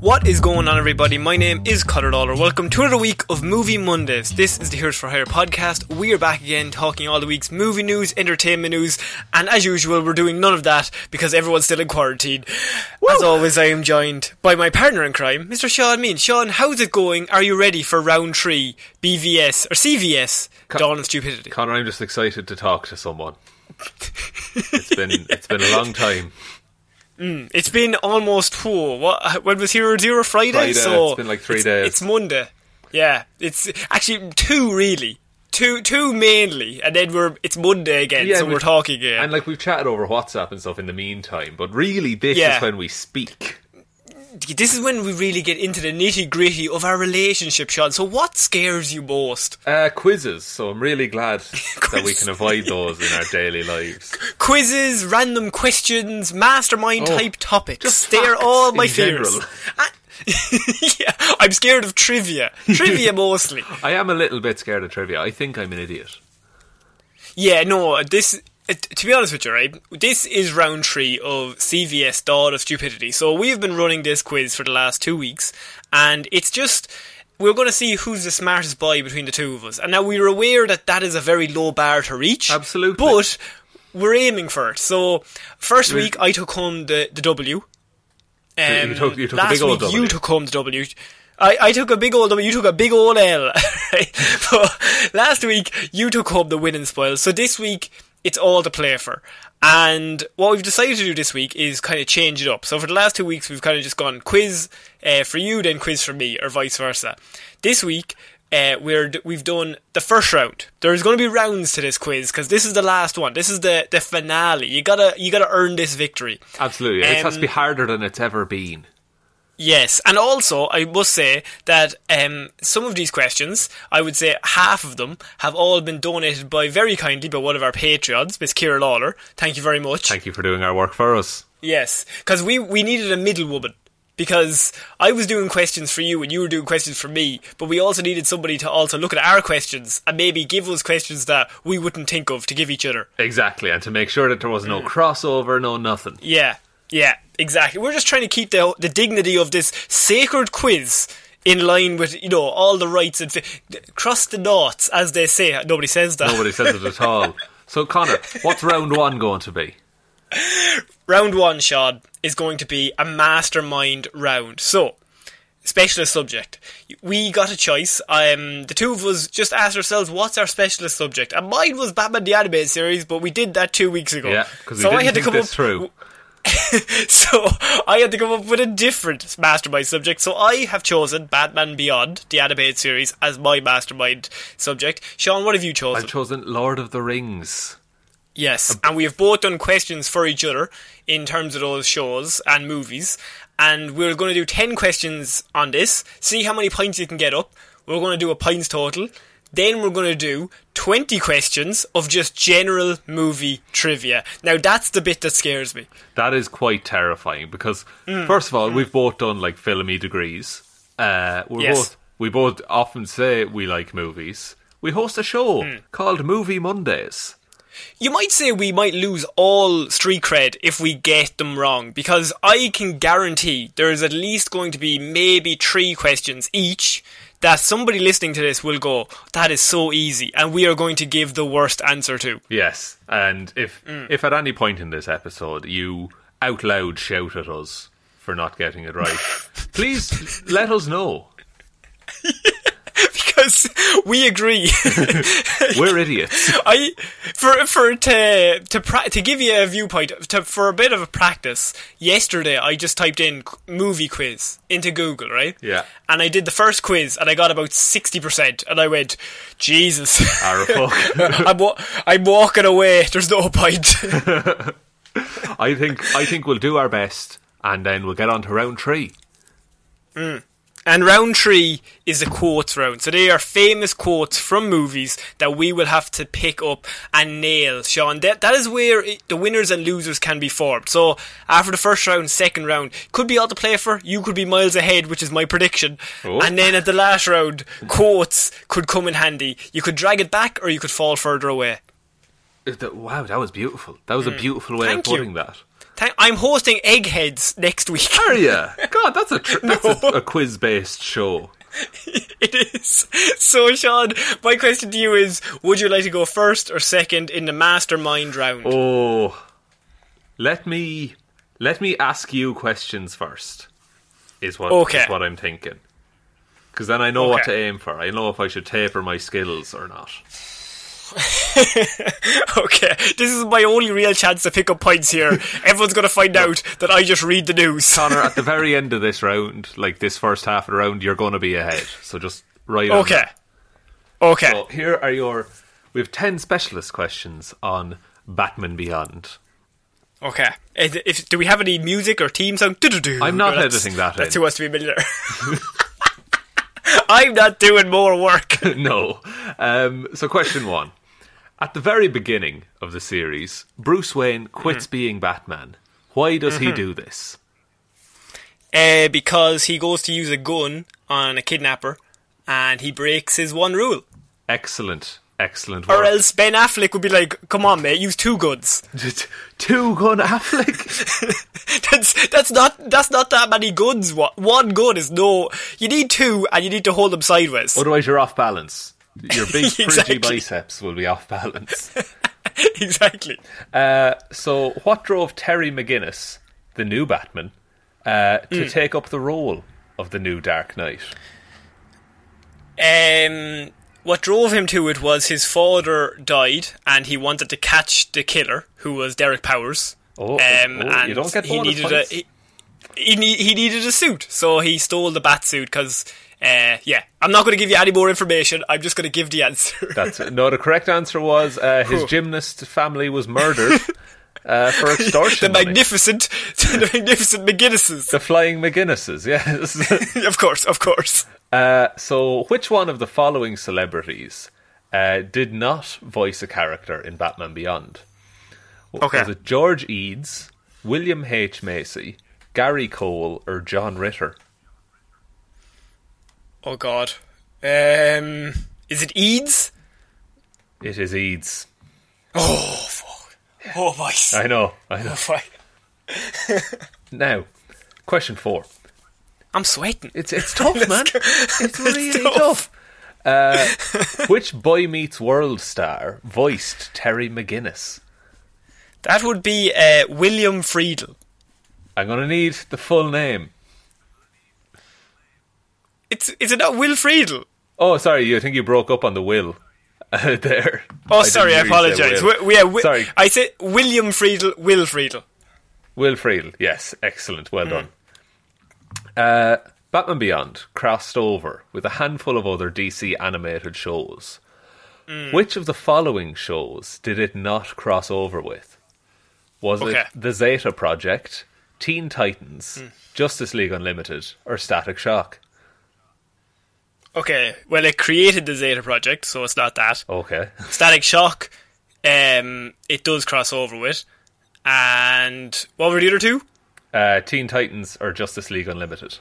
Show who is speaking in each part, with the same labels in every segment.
Speaker 1: What is going on, everybody? My name is Cutter Lawler. Welcome to another week of Movie Mondays. This is the Here's for Hire podcast. We are back again talking all the week's movie news, entertainment news, and as usual, we're doing none of that because everyone's still in quarantine. As always, I am joined by my partner in crime, Mr. Sean Mean. Sean, how's it going? Are you ready for round three, BVS, or CVS, Dawn of Stupidity?
Speaker 2: Connor, I'm just excited to talk to someone. It's been it's been a long time.
Speaker 1: It's been almost whoa, what when was Hero Zero Friday?
Speaker 2: Friday,
Speaker 1: So
Speaker 2: it's been like three
Speaker 1: it's-
Speaker 2: days.
Speaker 1: It's Monday. Yeah. It's actually two really. Two two mainly. And then we're it's Monday again, so
Speaker 2: and
Speaker 1: we're
Speaker 2: we've-
Speaker 1: talking again.
Speaker 2: and like we've chatted over WhatsApp and stuff in the meantime. But really, this
Speaker 1: Yeah.
Speaker 2: is when we speak.
Speaker 1: this is when we really get into the nitty gritty of our relationship, Sean. So what scares you most?
Speaker 2: Uh, quizzes. So I'm really glad that we can avoid those in our daily lives.
Speaker 1: Quizzes, random questions, mastermind
Speaker 2: Oh,
Speaker 1: type topics.
Speaker 2: just
Speaker 1: they are
Speaker 2: facts
Speaker 1: all
Speaker 2: in
Speaker 1: my fears.
Speaker 2: general.
Speaker 1: I- yeah, I'm scared of trivia. Trivia mostly.
Speaker 2: I am a little bit scared of trivia. I think I'm an idiot.
Speaker 1: Yeah, no, this. uh, t- To be honest with you, right? This is round three of CVS Dawn of Stupidity. So we've been running this quiz for the last two weeks, and it's just. We're going to see who's the smartest boy between the two of us. And now we're aware that that is a very low bar to reach.
Speaker 2: Absolutely.
Speaker 1: But we're aiming for it. So, 1st week, I took home the, the W.
Speaker 2: you
Speaker 1: Um,
Speaker 2: took- you took a
Speaker 1: last
Speaker 2: big old
Speaker 1: week you
Speaker 2: W.
Speaker 1: took home the W. I, I took a big old W. You took a big old L. right? but last week you took home the win and spoil. So this week it's all to play for. And what we've decided to do this week is kind of change it up. So for the last two weeks we've kind of just gone quiz uh, for you, then quiz for me, or vice versa. This week. Uh, we're d- we've done the first round. There's going to be rounds to this quiz because this is the last one. This is the, the finale. You gotta you gotta earn this victory.
Speaker 2: Absolutely, it has to be
Speaker 1: Um,
Speaker 2: harder than it's ever been.
Speaker 1: Yes, and also I must say that um, some of these questions, I would say half of them, have all been donated by very kindly by one of our Patreons, Miss Kira Lawler. Thank you very much.
Speaker 2: Thank you for doing our work for us.
Speaker 1: Yes, because we we needed a middle woman because I was doing questions for you and you were doing questions for me, but we also needed somebody to also look at our questions and maybe give us questions that we wouldn't think of to give each other.
Speaker 2: Exactly, and to make sure that there was no crossover, no nothing.
Speaker 1: Yeah, yeah, exactly. We're just trying to keep the the dignity of this sacred quiz in line with you know all the rights and fi- cross the knots, as they say. Nobody says that.
Speaker 2: Nobody says it at all. So Connor, what's round one going to be?
Speaker 1: round one, Sean, is going to be a mastermind round. So, specialist subject. We got a choice. Um, the two of us just asked ourselves, what's our specialist subject? And mine was Batman the Animated Series, but we did that two weeks ago.
Speaker 2: Yeah, because we didn't think this through.
Speaker 1: So I had to come up with a different mastermind subject. So I have chosen Batman Beyond, the animated series, as my mastermind subject. Sean, what have you chosen?
Speaker 2: I've chosen Lord of the Rings.
Speaker 1: yes, and we have both done questions for each other in terms of those shows and movies. And we're going to do ten questions on this. See how many points you can get up. We're going to do a points total. Then we're going to do 20 questions of just general movie trivia. Now, that's the bit that scares me.
Speaker 2: That is quite terrifying because, first of all, we've both done like filmy degrees. Uh, we're
Speaker 1: Yes.
Speaker 2: both we both often say we like movies. We host a show called Movie Mondays.
Speaker 1: You might say we might lose all street cred if we get them wrong, because I can guarantee there is at least going to be maybe three questions each that somebody listening to this will go, that is so easy, and we are going to give the worst answer to.
Speaker 2: Yes, and if if at any point in this episode you out loud shout at us for not getting it right, please let us know.
Speaker 1: Because we agree.
Speaker 2: We're idiots.
Speaker 1: I for for to to pra- to give you a viewpoint to for a bit of a practice. Yesterday, I just typed in qu- movie quiz into Google, right?
Speaker 2: Yeah.
Speaker 1: And I did the first quiz, and I got about sixty percent, and I went, Jesus,
Speaker 2: Are a fuck.
Speaker 1: I'm wa- I'm walking away. There's no point.
Speaker 2: I think I think we'll do our best, and then we'll get on to round three.
Speaker 1: And round three is the quotes round. So they are famous quotes from movies that we will have to pick up and nail, Sean. That, that is where it, the winners and losers can be formed. So after the first round, second round, could be all the play for. You could be miles ahead, which is my prediction.
Speaker 2: Oh.
Speaker 1: And then at the last round, quotes could come in handy. You could drag it back or you could fall further away.
Speaker 2: Is that- Wow, that was beautiful. That was a beautiful way
Speaker 1: Mm. Thank
Speaker 2: of
Speaker 1: you.
Speaker 2: putting that.
Speaker 1: Thank- I'm hosting Eggheads next week.
Speaker 2: Are ya? God, that's a tr- that's a, a quiz based show.
Speaker 1: It is. So, Sean, my question to you is would you like to go first or second in the mastermind round?
Speaker 2: Oh, let me let me ask you questions first. Is what
Speaker 1: Okay.
Speaker 2: is what I'm thinking. Because then I know what to
Speaker 1: Okay.
Speaker 2: aim for. I know if I should taper my skills or not.
Speaker 1: Okay, this is my only real chance to pick up points here. Everyone's going to find out that I just read the news.
Speaker 2: Connor, at the very end of this round, like this first half of the round, you're going to be ahead. So just right. on
Speaker 1: Okay.
Speaker 2: that.
Speaker 1: Okay.
Speaker 2: So here are your. We have ten specialist questions on Batman Beyond.
Speaker 1: Okay. If, if- do we have any music or theme song? Do-do-do.
Speaker 2: I'm not
Speaker 1: No, that's-
Speaker 2: editing that
Speaker 1: That's
Speaker 2: in.
Speaker 1: who wants to be a millionaire. I'm not doing more work.
Speaker 2: no. Um, so, question one. At the very beginning of the series, Bruce Wayne quits
Speaker 1: Mm-hmm.
Speaker 2: being Batman. Why does he do this?
Speaker 1: Uh, because he goes to use a gun on a kidnapper and he breaks his one rule.
Speaker 2: Excellent, excellent
Speaker 1: Or
Speaker 2: work.
Speaker 1: else Ben Affleck would be like, "Come on, mate, use two guns."
Speaker 2: Two gun Affleck.
Speaker 1: that's that's not that's not that many guns. What one gun is no. You need two, and you need to hold them sideways.
Speaker 2: Otherwise, you're off balance. Your big,
Speaker 1: Exactly.
Speaker 2: fringy biceps will be off balance.
Speaker 1: exactly.
Speaker 2: Uh, so, what drove Terry McGinnis, the new Batman, uh, to
Speaker 1: Mm.
Speaker 2: take up the role of the new Dark Knight?
Speaker 1: Um, what drove him to it was his father died, and he wanted to catch the killer, who was Derek Powers.
Speaker 2: Oh,
Speaker 1: um,
Speaker 2: oh, you
Speaker 1: and
Speaker 2: don't get
Speaker 1: he
Speaker 2: bonus
Speaker 1: needed
Speaker 2: points.
Speaker 1: a he, he, need, he needed a suit, so he stole the bat suit because. Uh, yeah, I'm not going to give you any more information. I'm just going to give the answer.
Speaker 2: That's it. No, the correct answer was uh, his gymnast family was murdered uh, for
Speaker 1: the
Speaker 2: extortion. money.
Speaker 1: magnificent, the magnificent McGinnises.
Speaker 2: the flying McGinnises, yes.
Speaker 1: of course, of course.
Speaker 2: uh, so, which one of the following celebrities uh, did not voice a character in Batman Beyond? W-
Speaker 1: Okay.
Speaker 2: Was it George Eads, William H. Macy, Gary Cole, or John Ritter?
Speaker 1: Oh God. Um, is it Eads?
Speaker 2: It is Eads.
Speaker 1: Oh fuck. Oh vice.
Speaker 2: I know, I
Speaker 1: Oh,
Speaker 2: know. Now, question four.
Speaker 1: I'm sweating.
Speaker 2: It's it's tough, man. It's really tough.
Speaker 1: tough.
Speaker 2: Uh, which Boy Meets World star voiced Terry McGinnis?
Speaker 1: That would be uh, William Friedle.
Speaker 2: I'm gonna need the full name.
Speaker 1: It's is it not Will Friedle?
Speaker 2: Oh, sorry, you I think you broke up on the will uh, there.
Speaker 1: Oh,
Speaker 2: didn't
Speaker 1: sorry, I
Speaker 2: hear you say
Speaker 1: apologise.
Speaker 2: Will.
Speaker 1: We, we, yeah, Wi-
Speaker 2: sorry,
Speaker 1: I said William Friedle. Will Friedle.
Speaker 2: Will Friedle. Yes, excellent. Well done. Uh, Batman Beyond crossed over with a handful of other DC animated shows. Which of the following shows did it not cross over with? Was
Speaker 1: Okay.
Speaker 2: it The Zeta Project, Teen Titans, Justice League Unlimited, or Static Shock?
Speaker 1: Okay, well, it created the Zeta Project, so it's not that.
Speaker 2: Okay.
Speaker 1: Static Shock, um, it does cross over with. And what were the other two?
Speaker 2: Uh, Teen Titans or Justice League Unlimited.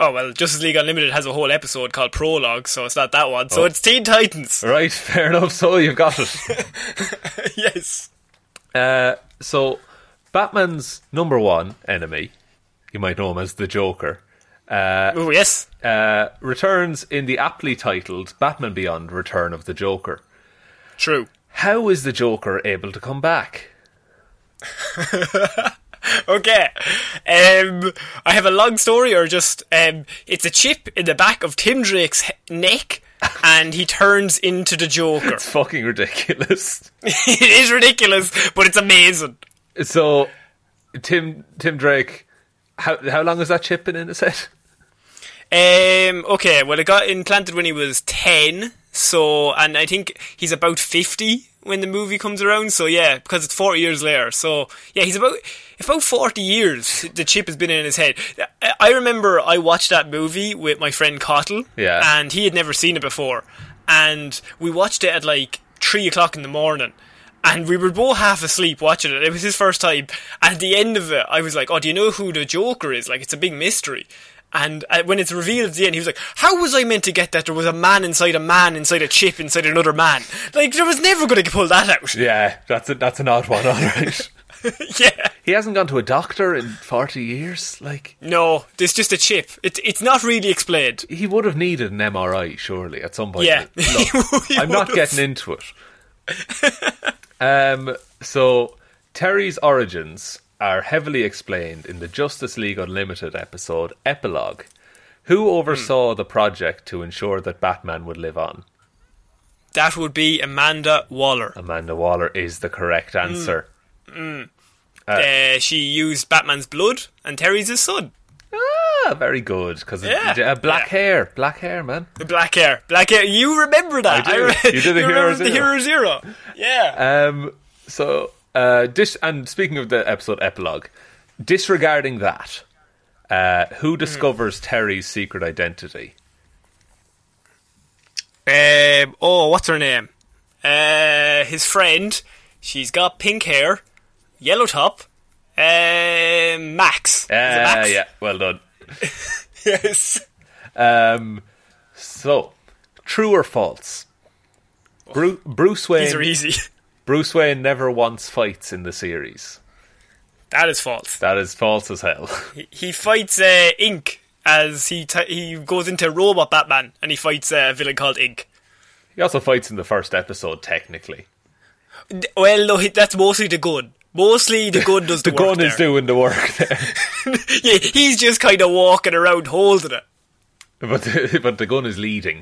Speaker 1: Oh, well, Justice League Unlimited has a whole episode called Prologue, so it's not that one. So it's Teen Titans.
Speaker 2: Right, fair enough. So you've got it.
Speaker 1: yes.
Speaker 2: Uh, so, Batman's number one enemy, you might know him as the Joker,
Speaker 1: Oh, yes.
Speaker 2: uh, returns in the aptly titled Batman Beyond Return of the Joker.
Speaker 1: True.
Speaker 2: How is the Joker able to come back?
Speaker 1: Okay. Um, I have a long story, or just um, it's a chip in the back of Tim Drake's he- neck, and he turns into the Joker.
Speaker 2: Fucking ridiculous.
Speaker 1: it is ridiculous, but it's amazing.
Speaker 2: So, Tim Tim Drake, how how long has that chip been in his head?
Speaker 1: Um, okay, well, it got implanted when he was 10, so, and I think he's about 50 when the movie comes around, so yeah, because it's 40 years later. So, yeah, he's about, about 40 years the chip has been in his head. I- I remember I watched that movie with my friend Cottle,
Speaker 2: Yeah.
Speaker 1: and he had never seen it before, and we watched it at like 3 o'clock in the morning. And we were both half asleep watching it. It was his first time. And at the end of it, I was like, "Oh, do you know who the Joker is? Like, it's a big mystery." And uh, when it's revealed at the end, he was like, "How was I meant to get that? There was a man inside a man inside a chip inside another man. Like, there was never going to pull that out."
Speaker 2: Yeah, that's a, that's an odd one, all right.
Speaker 1: yeah.
Speaker 2: he hasn't gone to a doctor in forty years. Like
Speaker 1: No, there's just a chip. It, it's not really explained.
Speaker 2: he would have needed an MRI surely at some point.
Speaker 1: Yeah.
Speaker 2: Look,
Speaker 1: He
Speaker 2: I'm not
Speaker 1: would have.
Speaker 2: getting into it. um, so Terry's origins are heavily explained in the Justice League Unlimited episode Epilogue. Who
Speaker 1: Hmm.
Speaker 2: oversaw the project to ensure that Batman would live on?
Speaker 1: That would be Amanda Waller.
Speaker 2: Amanda Waller is the correct
Speaker 1: Hmm.
Speaker 2: answer.
Speaker 1: Uh, she used Batman's blood, and Terry's his son.
Speaker 2: Ah, very good because
Speaker 1: Yeah.
Speaker 2: uh, black
Speaker 1: Yeah.
Speaker 2: hair, black hair, man.
Speaker 1: The black hair, black hair. You remember that?
Speaker 2: I do.
Speaker 1: re-
Speaker 2: You did the Hero
Speaker 1: remember the
Speaker 2: Zero.
Speaker 1: Hero Zero. Yeah.
Speaker 2: Um, so, uh, dis- and speaking of the episode epilogue, disregarding that, uh, who
Speaker 1: Hmm.
Speaker 2: discovers Terry's secret identity?
Speaker 1: Um, oh, what's her name? Uh, his friend. She's got pink hair, yellow top. Um, Max. Is it
Speaker 2: Ah,
Speaker 1: Max?
Speaker 2: yeah, well done.
Speaker 1: Yes.
Speaker 2: Um, so, true or false? Bru- Bruce
Speaker 1: Oh. These are
Speaker 2: Wayne.
Speaker 1: easy.
Speaker 2: Bruce Wayne never once fights in the series.
Speaker 1: That is false.
Speaker 2: That is false as hell.
Speaker 1: He fights uh, Ink as he t- he goes into Robot Batman and he fights uh, a villain called Ink.
Speaker 2: he also fights in the first episode, technically.
Speaker 1: D- Well, no, he- that's mostly the gun. Mostly the gun does the,
Speaker 2: The
Speaker 1: work
Speaker 2: gun is
Speaker 1: there.
Speaker 2: doing the work there,
Speaker 1: yeah, he's just kind of walking around holding it.
Speaker 2: but the, but the gun is leading.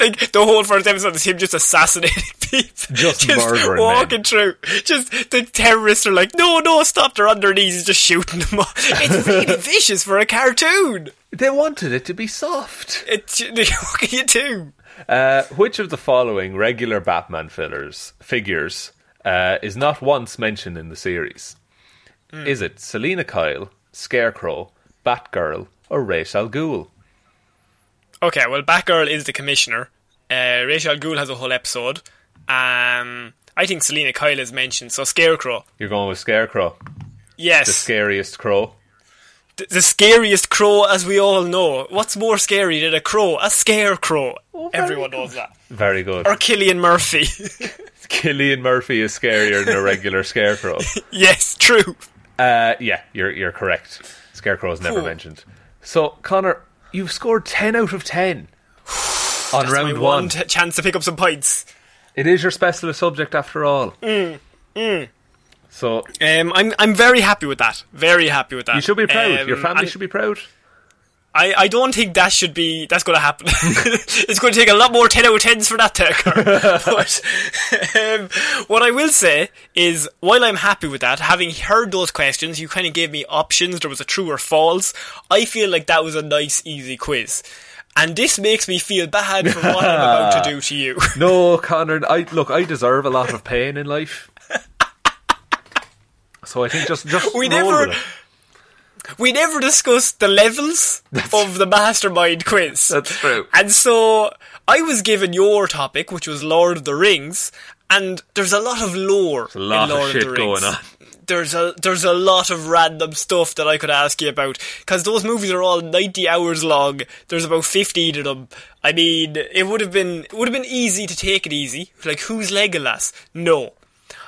Speaker 1: like the whole first episode is him just assassinating people,
Speaker 2: Just murdering
Speaker 1: walking through. Just the terrorists are like, no, no, stop! They're on their knees, he's just shooting them. Off. It's really vicious for a cartoon.
Speaker 2: They wanted it to be soft.
Speaker 1: It's what can you do?
Speaker 2: Uh, which of the following regular Batman fillers, figures uh, is not once mentioned in the series?
Speaker 1: Hmm.
Speaker 2: Is it Selena Kyle, Scarecrow, Batgirl, or Ra's al Ghul?
Speaker 1: Okay, well, Batgirl is the commissioner. Uh, Rachel Gould has a whole episode. Um, I think Selena Kyle is mentioned. So Scarecrow,
Speaker 2: You're going with Scarecrow,
Speaker 1: yes,
Speaker 2: the scariest crow.
Speaker 1: Th- the scariest crow, as we all know. What's more scary than a crow? A scarecrow. Everyone knows that.
Speaker 2: Very good.
Speaker 1: Or Killian Murphy.
Speaker 2: Killian Murphy is scarier than a regular Scarecrow.
Speaker 1: Yes, true.
Speaker 2: Uh, yeah, you're you're correct. Scarecrow is never
Speaker 1: Cool.
Speaker 2: mentioned. So Connor, you've scored ten out of ten on
Speaker 1: My
Speaker 2: round one.
Speaker 1: one t- chance to pick up some points.
Speaker 2: It is your specialist subject after all. mm. So
Speaker 1: Um, I'm I'm very happy with that. Very happy with that.
Speaker 2: you should be proud.
Speaker 1: Um,
Speaker 2: your family
Speaker 1: and
Speaker 2: should be proud.
Speaker 1: I, I don't think that should be. That's going to happen. it's going to take a lot more ten out of tens for that to occur. but um, what I will say is, while I'm happy with that, having heard those questions, you kind of gave me options. There was a true or false. I feel like that was a nice, easy quiz, and this makes me feel bad for what I'm about to do to you.
Speaker 2: No, Connor. I look. I deserve a lot of pain in life. So I think just just
Speaker 1: We
Speaker 2: roll
Speaker 1: never-
Speaker 2: with it.
Speaker 1: we never discussed the levels of the mastermind quiz.
Speaker 2: That's true.
Speaker 1: And so I was given your topic, which was Lord of the Rings, and there's a lot of lore
Speaker 2: a lot
Speaker 1: in
Speaker 2: of
Speaker 1: Lord
Speaker 2: shit
Speaker 1: the Rings.
Speaker 2: going on.
Speaker 1: There's a there's a lot of random stuff that I could ask you about because those movies are all 90 hours long. There's about 15 of them. I mean, it would have been it would have been easy to take it easy. Like who's Legolas? No,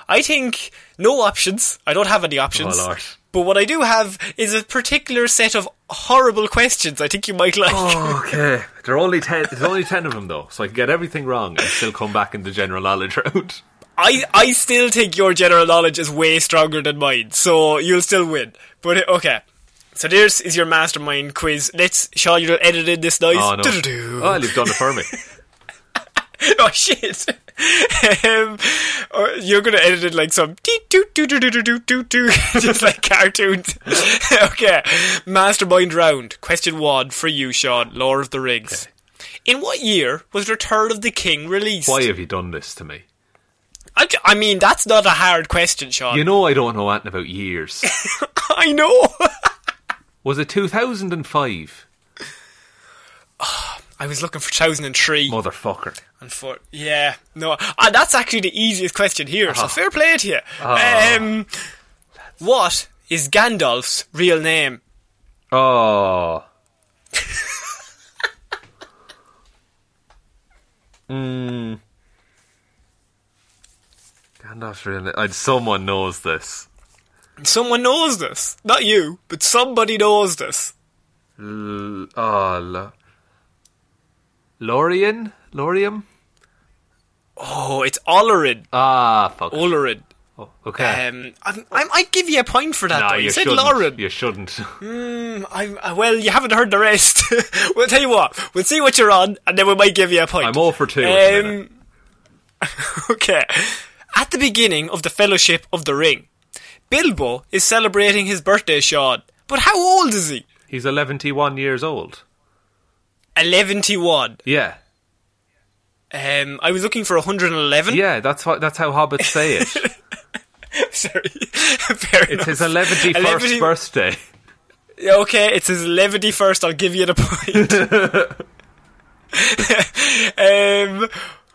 Speaker 1: I think no options. I don't have any options.
Speaker 2: Oh, Lord.
Speaker 1: But what I do have is a particular set of horrible questions. I think you might like.
Speaker 2: Oh. Okay, there are only ten. There's only ten of them though, so I can get everything wrong and still come back in the general knowledge round.
Speaker 1: I I still think your general knowledge is way stronger than mine, so you'll still win. But uh, okay. So this is your mastermind quiz. Let's Shaw, you'll edit in this nice.
Speaker 2: Oh no!
Speaker 1: Doo-doo-doo.
Speaker 2: Oh, you've done it for me.
Speaker 1: oh shit. um, or you're gonna edit it like some dee doo doo doo doo doo doo doo doo, just like cartoons. okay, mastermind round. Question one for you, Sean. Lord of the Rings. In what year was Return of the King released?
Speaker 2: Why have you done this to me?
Speaker 1: I, I mean, that's not a hard question, Sean.
Speaker 2: You know I don't know anything about years.
Speaker 1: I know.
Speaker 2: Was it 2005?
Speaker 1: I was looking for 2003.
Speaker 2: Motherfucker.
Speaker 1: And for yeah, no, ah, that's actually the easiest question here. So
Speaker 2: Uh-huh.
Speaker 1: fair play to you. Um, what is Gandalf's real name?
Speaker 2: Oh. Hmm. mm. Gandalf's real name. I'd, someone knows this.
Speaker 1: Someone knows this. Not you, but somebody knows this.
Speaker 2: L- oh, L- Lorien? Lorium?
Speaker 1: Oh, it's Olerid.
Speaker 2: Ah, fuck.
Speaker 1: Olerid.
Speaker 2: Oh, okay.
Speaker 1: Um, I'm, I'm, I give you a point for that.
Speaker 2: Nah,
Speaker 1: though.
Speaker 2: you,
Speaker 1: You said
Speaker 2: shouldn't.
Speaker 1: Lauren.
Speaker 2: You shouldn't.
Speaker 1: I'm, uh, well, you haven't heard the rest. we'll tell you what. We'll see what you're on, and then we might give you a point.
Speaker 2: I'm all for two. at the minute.
Speaker 1: Um, okay. At the beginning of the Fellowship of the Ring, Bilbo is celebrating his birthday, Sean. But how old is he?
Speaker 2: He's 111 years old.
Speaker 1: 111.
Speaker 2: Yeah.
Speaker 1: Um, I was looking for 111.
Speaker 2: Yeah, that's what, that's how hobbits say it.
Speaker 1: Sorry. Fair
Speaker 2: It's
Speaker 1: enough.
Speaker 2: his 111st
Speaker 1: 11th
Speaker 2: birthday.
Speaker 1: Okay, it's his levity first. I'll give you the point. um,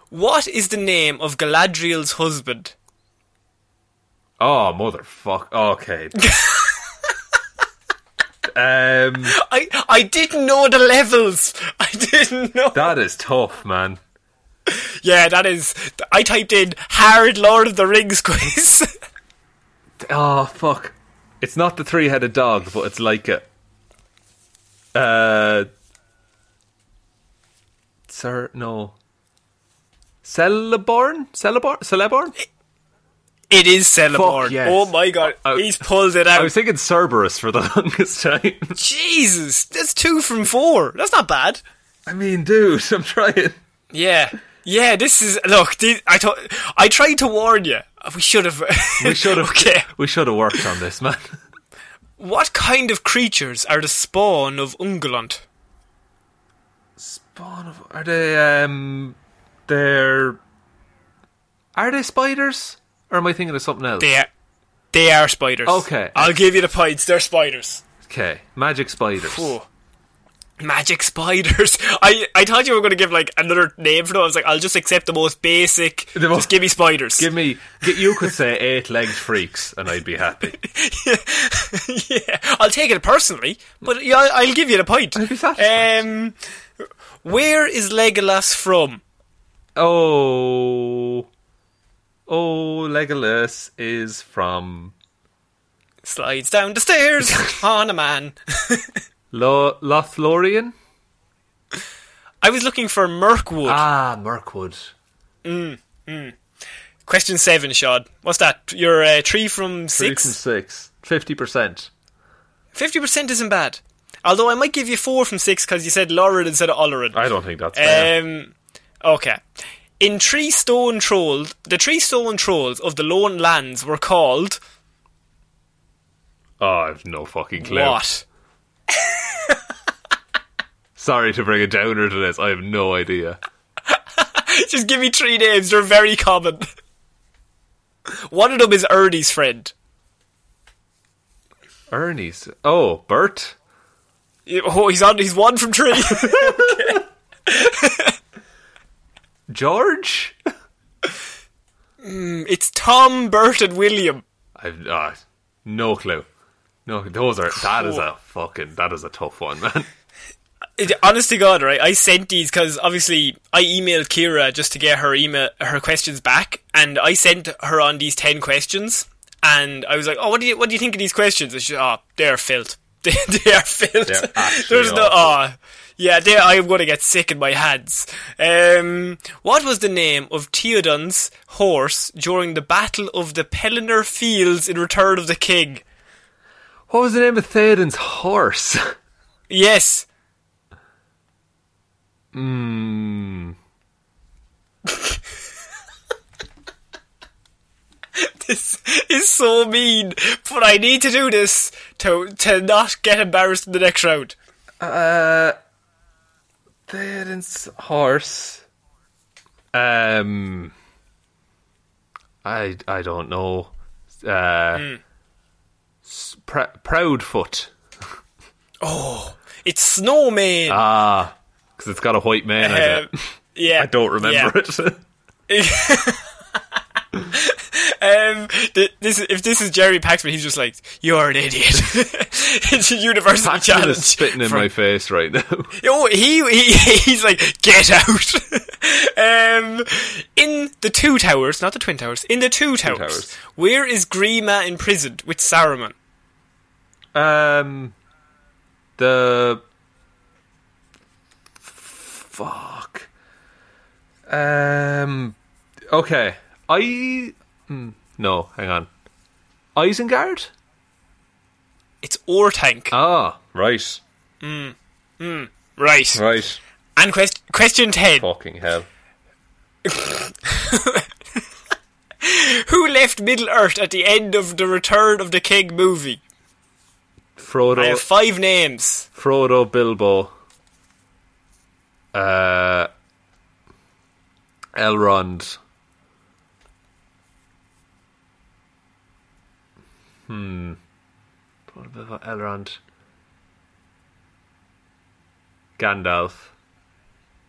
Speaker 1: what is the name of Galadriel's husband?
Speaker 2: Oh, motherfuck. Okay. um,
Speaker 1: I I didn't know the levels. I didn't know.
Speaker 2: that is tough, man.
Speaker 1: yeah, that is. I typed in hard Lord of the Rings quiz.
Speaker 2: Oh, fuck. It's not the three headed dog, but it's like it. Uh. Sir, no. Celeborn? Celeborn? Celeborn?
Speaker 1: it is Celeborn.
Speaker 2: Fuck yes. Oh,
Speaker 1: Oh my god,
Speaker 2: I-
Speaker 1: he's pulled it
Speaker 2: I
Speaker 1: out.
Speaker 2: was thinking Cerberus for the longest time.
Speaker 1: Jesus, that's two from four. That's not bad.
Speaker 2: I mean, dude, I'm trying.
Speaker 1: Yeah. Yeah, this is look. This, I thought I tried to warn you. We should have.
Speaker 2: We should have.
Speaker 1: okay.
Speaker 2: We should have worked on this, man.
Speaker 1: What kind of creatures are the spawn of Ungulant?
Speaker 2: Spawn of are they um they're are they spiders or am I thinking of something else?
Speaker 1: They are, they are spiders.
Speaker 2: Okay.
Speaker 1: I'll give you the points. They're spiders.
Speaker 2: Okay, magic spiders.
Speaker 1: Phew. Magic spiders. I, I thought you were going to give like another name for them. I was like, I'll just accept the most basic.
Speaker 2: The most-
Speaker 1: just give me spiders.
Speaker 2: Give me get, you could say eight legged freaks and I'd be happy.
Speaker 1: yeah, I'll take it personally, but yeah, I- I'll give you the point.
Speaker 2: I'd be satisfied.
Speaker 1: Um, where is Legolas from?
Speaker 2: Oh Oh Legolas is from
Speaker 1: Slides down the stairs on a man.
Speaker 2: Lo- Lothlorien?
Speaker 1: I was looking for Mirkwood.
Speaker 2: Ah, Mirkwood.
Speaker 1: Question seven, Shod. What's that? You're uh, three from
Speaker 2: Three from
Speaker 1: six.
Speaker 2: six. Fifty percent.
Speaker 1: Fifty percent isn't bad. Although I might give you four from six because you said Lauren instead of Olerin.
Speaker 2: I don't think that's fair.
Speaker 1: Um, okay. In Tree Stone Trolls, the Tree Stone Trolls of the Lone Lands were called
Speaker 2: oh, I've no fucking clue.
Speaker 1: what?
Speaker 2: Sorry to bring a downer to this. I have no idea.
Speaker 1: Just give me three names. They're very common. One of them is Ernie's friend.
Speaker 2: Ernie's. Oh, Bert.
Speaker 1: Oh, he's on. He's one from three.
Speaker 2: George?
Speaker 1: it's Tom, Bert, and William.
Speaker 2: I've uh, no clue. No, those are that is a fucking that is a tough one, man.
Speaker 1: It, honest to God, right? I sent these because obviously I emailed Kira just to get her email her questions back, and I sent her on these ten questions, and I was like, "Oh, what do you what do you think of these questions?" And she, "Oh, they're filth. They, they are filth.
Speaker 2: They're actually
Speaker 1: There's no oh, yeah. They, I am going to get sick in my hands." Um, what was the name of Theoden's horse during the Battle of the Pelennor Fields in Return of the King?
Speaker 2: What was the name of Theoden's horse?
Speaker 1: Yes. Hmm. this is so mean, but I need to do this to to not get embarrassed in the next round.
Speaker 2: Theoden's horse. Um, I I don't know. Uh,
Speaker 1: Hmm.
Speaker 2: s- pr- Proudfoot Oh.
Speaker 1: It's snowman.
Speaker 2: because it's got a white mane. in
Speaker 1: Um,
Speaker 2: it.
Speaker 1: yeah,
Speaker 2: Ah, I don't remember
Speaker 1: yeah.
Speaker 2: it.
Speaker 1: Um, th- this if this is Jerry Paxman, he's just like you're an idiot. it's a university
Speaker 2: Paxton
Speaker 1: challenge.
Speaker 2: is spitting in
Speaker 1: from-
Speaker 2: my face right now.
Speaker 1: Oh, he, he he's like get out. um, in the two towers, not the twin towers. In the two towers,
Speaker 2: Towers.
Speaker 1: where is Grima imprisoned with Saruman?
Speaker 2: um, the fuck. Um, okay. I hmm, no, hang on. Isengard.
Speaker 1: It's Ortank.
Speaker 2: Ah, right,
Speaker 1: right.
Speaker 2: right.
Speaker 1: And quest- question ten:
Speaker 2: Fucking hell.
Speaker 1: Who left Middle Earth at the end of the Return of the King movie?
Speaker 2: Frodo,
Speaker 1: I have five names.
Speaker 2: Frodo, Bilbo, uh, Elrond. Hmm. Frodo, Bilbo, Elrond, Gandalf.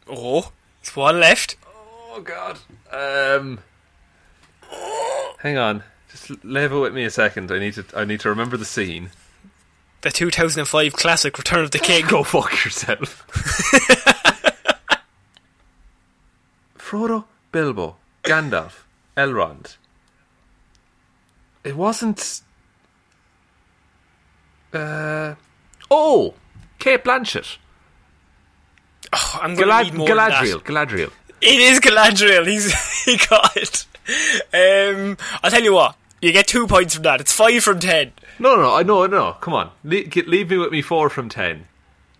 Speaker 1: Oh, it's one left.
Speaker 2: Oh God. Um. Hang on. Just l- level with me a second. I need to. I need to remember the scene.
Speaker 1: The 2005 classic Return of the King.
Speaker 2: Go fuck yourself. Frodo, Bilbo, Gandalf, Elrond. It wasn't. Uh, oh, Kate Blanchett,
Speaker 1: Oh, I'm gonna
Speaker 2: Galad-
Speaker 1: need more than that.
Speaker 2: Galadriel, Galadriel.
Speaker 1: It is Galadriel. He's he got it. Um, I'll tell you what. You get two points from that. It's five from ten.
Speaker 2: No, no, no, I no, no. Come on, Le- get- leave me with me four from ten.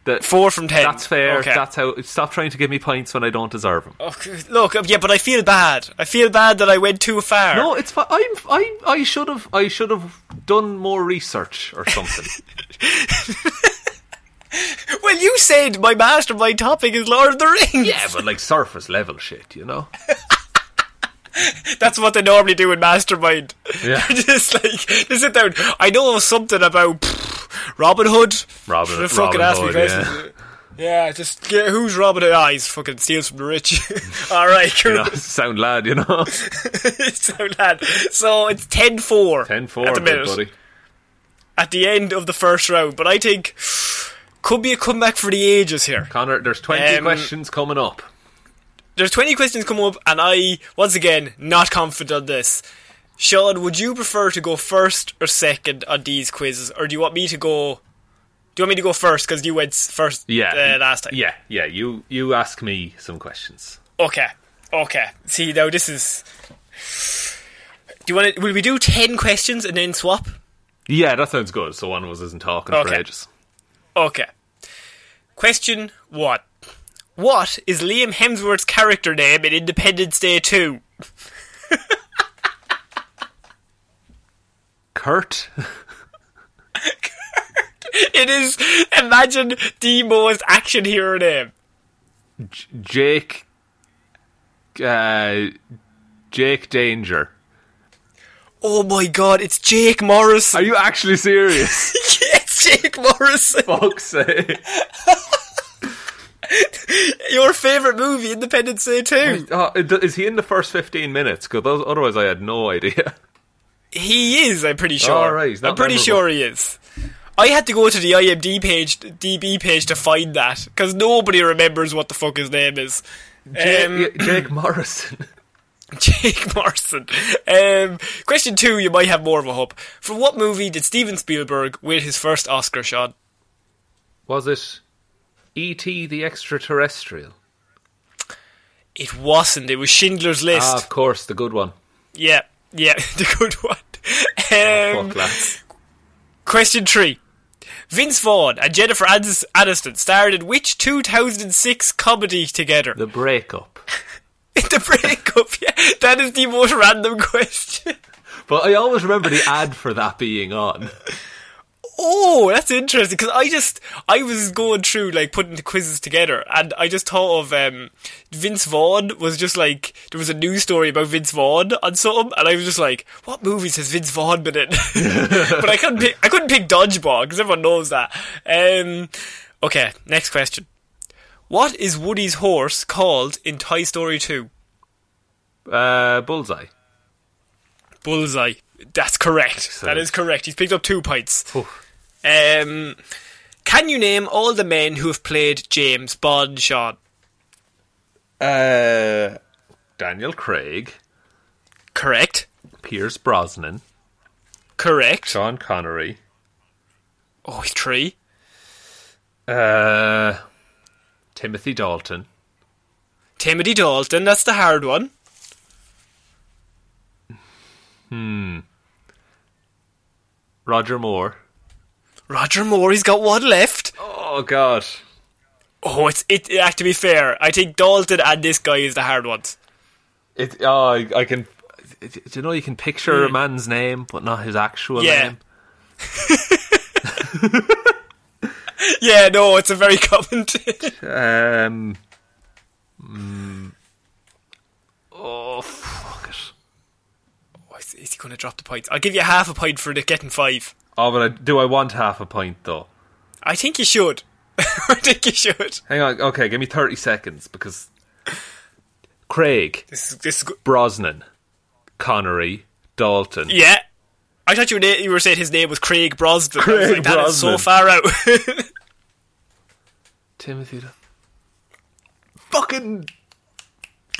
Speaker 2: That
Speaker 1: Four from ten.
Speaker 2: That's fair.
Speaker 1: Okay.
Speaker 2: That's how. Stop trying to give me points when I don't deserve them.
Speaker 1: Okay, Look, yeah, but I feel bad. I feel bad that I went too far.
Speaker 2: No, it's fine. I'm. I. I should have. I should have done more research or something.
Speaker 1: Well, you said my mastermind topic is Lord of the Rings.
Speaker 2: yeah, but like surface level shit, you know.
Speaker 1: That's what they normally do in mastermind.
Speaker 2: Yeah.
Speaker 1: They're just like they sit down. I know something about pff, Robin Hood.
Speaker 2: Robin-
Speaker 1: Should've fucking
Speaker 2: Robin
Speaker 1: asked me
Speaker 2: Hood,
Speaker 1: questions. Yeah. just yeah, who's Robin Hood? Ah, he's fucking steals from the rich. All right, cool.
Speaker 2: You know, sound lad, you know.
Speaker 1: so lad. So it's 10-4.
Speaker 2: 10
Speaker 1: at
Speaker 2: 4,
Speaker 1: the minute,
Speaker 2: buddy.
Speaker 1: At the end of the first round, but I think could be a comeback for the ages here.
Speaker 2: Connor, there's 20
Speaker 1: Um,
Speaker 2: questions coming up.
Speaker 1: There's 20 questions come up, and I once again not confident on this. Sean, would you prefer to go first or second on these quizzes, or do you want me to go? Do you want me to go first because you went s- first
Speaker 2: Yeah.
Speaker 1: uh, last time?
Speaker 2: Yeah, yeah. You you ask me some questions.
Speaker 1: Okay. Okay. See now this is. Do you want to? Will we do ten questions and then swap?
Speaker 2: Yeah, that sounds good. So one of us isn't talking for
Speaker 1: Okay.
Speaker 2: ages.
Speaker 1: Okay. Question one. What is Liam Hemsworth's character name in Independence Day 2?
Speaker 2: Kurt?
Speaker 1: It is, imagine, the most action hero name.
Speaker 2: J- Jake. Uh, Jake Danger.
Speaker 1: Oh my god, it's Jake Morris.
Speaker 2: Are you actually serious?
Speaker 1: it's Jake Morris.
Speaker 2: Fuck's sake.
Speaker 1: Your favourite movie, Independence Day 2.
Speaker 2: Oh, is he in the first 15 minutes? Because otherwise I had no idea.
Speaker 1: He is, I'm pretty sure.
Speaker 2: All right, he's not
Speaker 1: I'm pretty
Speaker 2: memorable.
Speaker 1: sure he is. I had to go to the IMDb page, DB page to find that, because nobody remembers what the fuck his name is. Um,
Speaker 2: Jake, Jake Morrison.
Speaker 1: Jake Morrison. Um, question two, you might have more of a hope. For what movie did Steven Spielberg win his first Oscar, Sean?
Speaker 2: Was it E.T. the Extraterrestrial?
Speaker 1: It wasn't. It was Schindler's List.
Speaker 2: Ah, of course, the good one.
Speaker 1: yeah, yeah, the good one. Um,
Speaker 2: Oh, Fuck, lads.
Speaker 1: Question three. Vince Vaughn and Jennifer Anis- Aniston starred in which 2006 comedy together?
Speaker 2: The breakup.
Speaker 1: the breakup. Yeah, that is the most random question.
Speaker 2: But I always remember the ad for that being on.
Speaker 1: Oh, that's interesting because I just I was going through like putting the quizzes together, and I just thought of um, Vince Vaughn was just like there was a news story about Vince Vaughn on something, and I was just like, what movies has Vince Vaughn been in? but I couldn't pick, I couldn't pick Dodgeball because everyone knows that. Um, okay, next question. What is Woody's horse called in Toy Story Two?
Speaker 2: Uh, bullseye.
Speaker 1: Bullseye. That's correct. That is correct. He's picked up two pints. Um, can you name all the men who have played James Bond, Sean?
Speaker 2: Uh, Daniel Craig,
Speaker 1: Correct.
Speaker 2: Pierce Brosnan,
Speaker 1: Correct.
Speaker 2: Sean Connery.
Speaker 1: Oh, he's three.
Speaker 2: Uh, Timothy Dalton.
Speaker 1: Timothy Dalton. That's the hard one.
Speaker 2: Roger Moore.
Speaker 1: Roger Moore. He's got one left.
Speaker 2: Oh God.
Speaker 1: Oh, it's it. it to be fair, I think Dalton and this guy is the hard ones.
Speaker 2: It. Oh, I, I can. Do you know you can picture a man's name, but not his actual
Speaker 1: Hmm. Yeah.
Speaker 2: name.
Speaker 1: Yeah, no, it's a very common. thing.
Speaker 2: Um. mm. oh fuck it.
Speaker 1: oh, is, is he going to drop the points? I'll give you half a point for the getting five.
Speaker 2: Oh, but I, do I want half a pint though?
Speaker 1: I think you should. I think you should.
Speaker 2: Hang on. Okay, give me thirty seconds because Craig,
Speaker 1: This is this. Is, go-
Speaker 2: Brosnan, Connery, Dalton.
Speaker 1: Yeah. I thought you were, na- you were saying his name was Craig Brosnan. I was
Speaker 2: Craig
Speaker 1: like, that is so
Speaker 2: Brosnan.
Speaker 1: far out.
Speaker 2: Timothy. Dal- Fucking.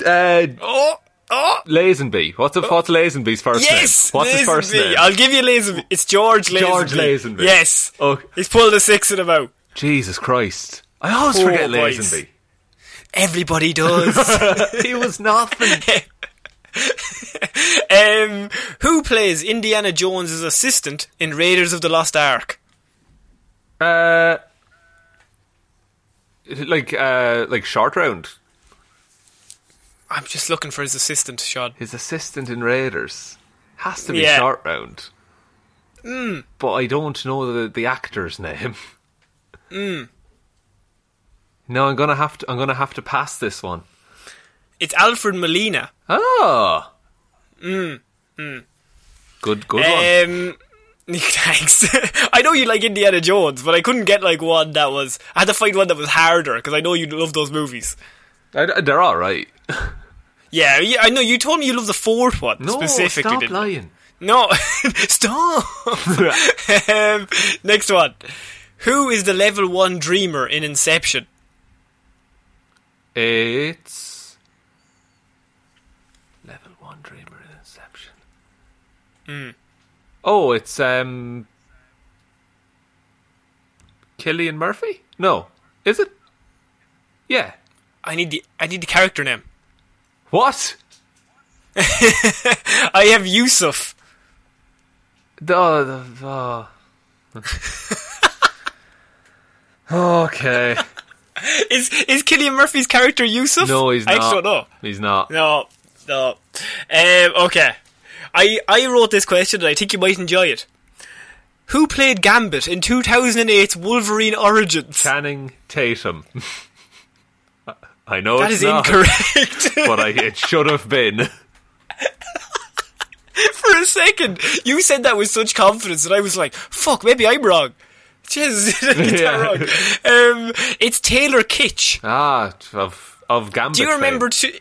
Speaker 2: Uh,
Speaker 1: oh, oh,
Speaker 2: Lazenby. What's a, what's Lazenby's first
Speaker 1: yes,
Speaker 2: name? What's his first
Speaker 1: Lazenby.
Speaker 2: name?
Speaker 1: I'll give you Lazenby. It's George Lazenby.
Speaker 2: George Lazenby.
Speaker 1: Yes.
Speaker 2: Oh.
Speaker 1: He's pulled a six in a row.
Speaker 2: Jesus Christ! I always
Speaker 1: Poor
Speaker 2: forget
Speaker 1: boys.
Speaker 2: Lazenby.
Speaker 1: Everybody does.
Speaker 2: he was nothing.
Speaker 1: um, who plays Indiana Jones' assistant in Raiders of the Lost Ark?
Speaker 2: Uh, like uh, like short round.
Speaker 1: I'm just looking for his assistant, Sean.
Speaker 2: His assistant in Raiders has to be
Speaker 1: Yeah. Hmm.
Speaker 2: short round. But I don't know the the actor's name.
Speaker 1: Hmm.
Speaker 2: No, I'm gonna have to. I'm gonna have to pass this one.
Speaker 1: It's Alfred Molina.
Speaker 2: Ah.
Speaker 1: Hmm.
Speaker 2: Good, good one.
Speaker 1: Um, thanks. I know you like Indiana Jones, but I couldn't get like one that was. I had to find one that was harder because I know you love those movies.
Speaker 2: I- I- they're all right.
Speaker 1: Yeah, yeah, I know. You told me you love the fourth one
Speaker 2: No,
Speaker 1: specifically.
Speaker 2: stop
Speaker 1: didn't you?
Speaker 2: lying.
Speaker 1: No, stop. um, next one. Who is the level one dreamer in Inception?
Speaker 2: It's level one dreamer in Inception.
Speaker 1: Hmm.
Speaker 2: Oh, it's um, Killian Murphy. No, is it? Yeah.
Speaker 1: I need the I need the character name.
Speaker 2: What?
Speaker 1: I have Yusuf.
Speaker 2: The, the, the- uh. okay.
Speaker 1: Is is Killian Murphy's character Yusuf?
Speaker 2: No, he's
Speaker 1: I
Speaker 2: not.
Speaker 1: actually don't know.
Speaker 2: He's not.
Speaker 1: No, no. Um, okay. I, I wrote this question and I think you might enjoy it. Who played Gambit in 2008's Wolverine Origins?
Speaker 2: Channing Tatum. I know
Speaker 1: that
Speaker 2: it's
Speaker 1: is
Speaker 2: not,
Speaker 1: incorrect.
Speaker 2: but I, it should have been.
Speaker 1: For for a second. You said that with such confidence, and I was like, "Fuck, maybe I'm wrong." Jesus, it's
Speaker 2: Yeah.
Speaker 1: not wrong. Um, it's Taylor Kitsch.
Speaker 2: Ah, of of Gambit.
Speaker 1: Do you
Speaker 2: fame.
Speaker 1: remember? To, do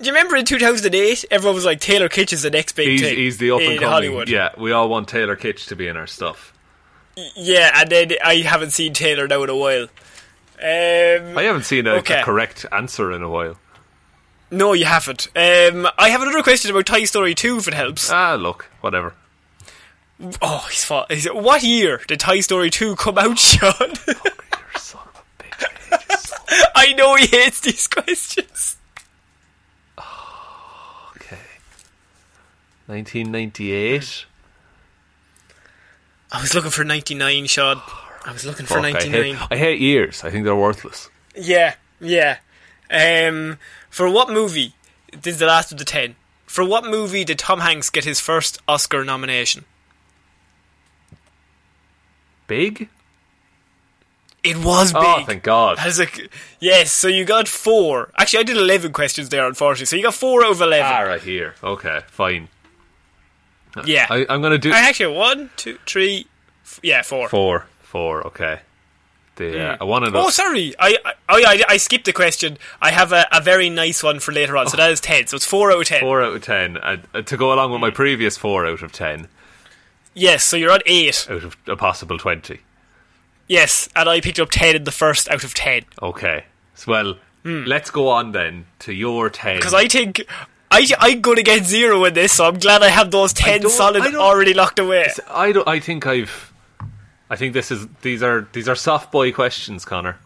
Speaker 1: you remember in 2008? Everyone was like, "Taylor Kitsch is the next big
Speaker 2: He's,
Speaker 1: thing."
Speaker 2: he's the up
Speaker 1: in
Speaker 2: and coming.
Speaker 1: Hollywood.
Speaker 2: Yeah, we all want Taylor Kitsch to be in our stuff.
Speaker 1: Yeah, and then I haven't seen Taylor now in a while. Um,
Speaker 2: I haven't seen a, a
Speaker 1: Okay.
Speaker 2: correct answer in a while.
Speaker 1: no, you haven't. Um, I have another question about Toy Story 2, if it helps.
Speaker 2: Ah, look, whatever.
Speaker 1: oh, he's fa- he's- What year did Toy Story 2 come out, Sean?
Speaker 2: You're son of a bitch.
Speaker 1: I know he hates these questions.
Speaker 2: Okay. 1998.
Speaker 1: I was looking for 99, Sean. I was looking for
Speaker 2: Fuck, I
Speaker 1: 99.
Speaker 2: hate, I hate years. I think they're worthless.
Speaker 1: Yeah, yeah. Um, for what movie? This is the last of the ten. For what movie did Tom Hanks get his first Oscar nomination?
Speaker 2: Big?
Speaker 1: It was big.
Speaker 2: Oh, thank God.
Speaker 1: That is a c- yes. So you got four. Actually, I did eleven questions there, unfortunately. So you got four out of eleven.
Speaker 2: Ah, right here. Okay, fine.
Speaker 1: Yeah.
Speaker 2: I, I'm going to do
Speaker 1: I actually one, two, three, f- yeah, four.
Speaker 2: four. Four, okay. The, uh, I wanted
Speaker 1: Oh,
Speaker 2: a-
Speaker 1: sorry. I I, oh, yeah, I I skipped the question. I have a, a very nice one for later on. So that is ten. So it's four out of ten.
Speaker 2: Oh. four out of ten. Uh, uh, to go along with my previous four out of ten,
Speaker 1: Yes. So you're on eight.
Speaker 2: out of a possible 20.
Speaker 1: Yes. And I picked up ten in the first out of ten.
Speaker 2: Okay. So, well, let's go on then to your 10.
Speaker 1: Hmm. Because I think I, I'm going to get zero in this, so I'm glad I have those 10
Speaker 2: don't-
Speaker 1: solid
Speaker 2: I don't-
Speaker 1: already locked away.
Speaker 2: I don't. I think I've. I think this is these are these are soft boy questions, Connor.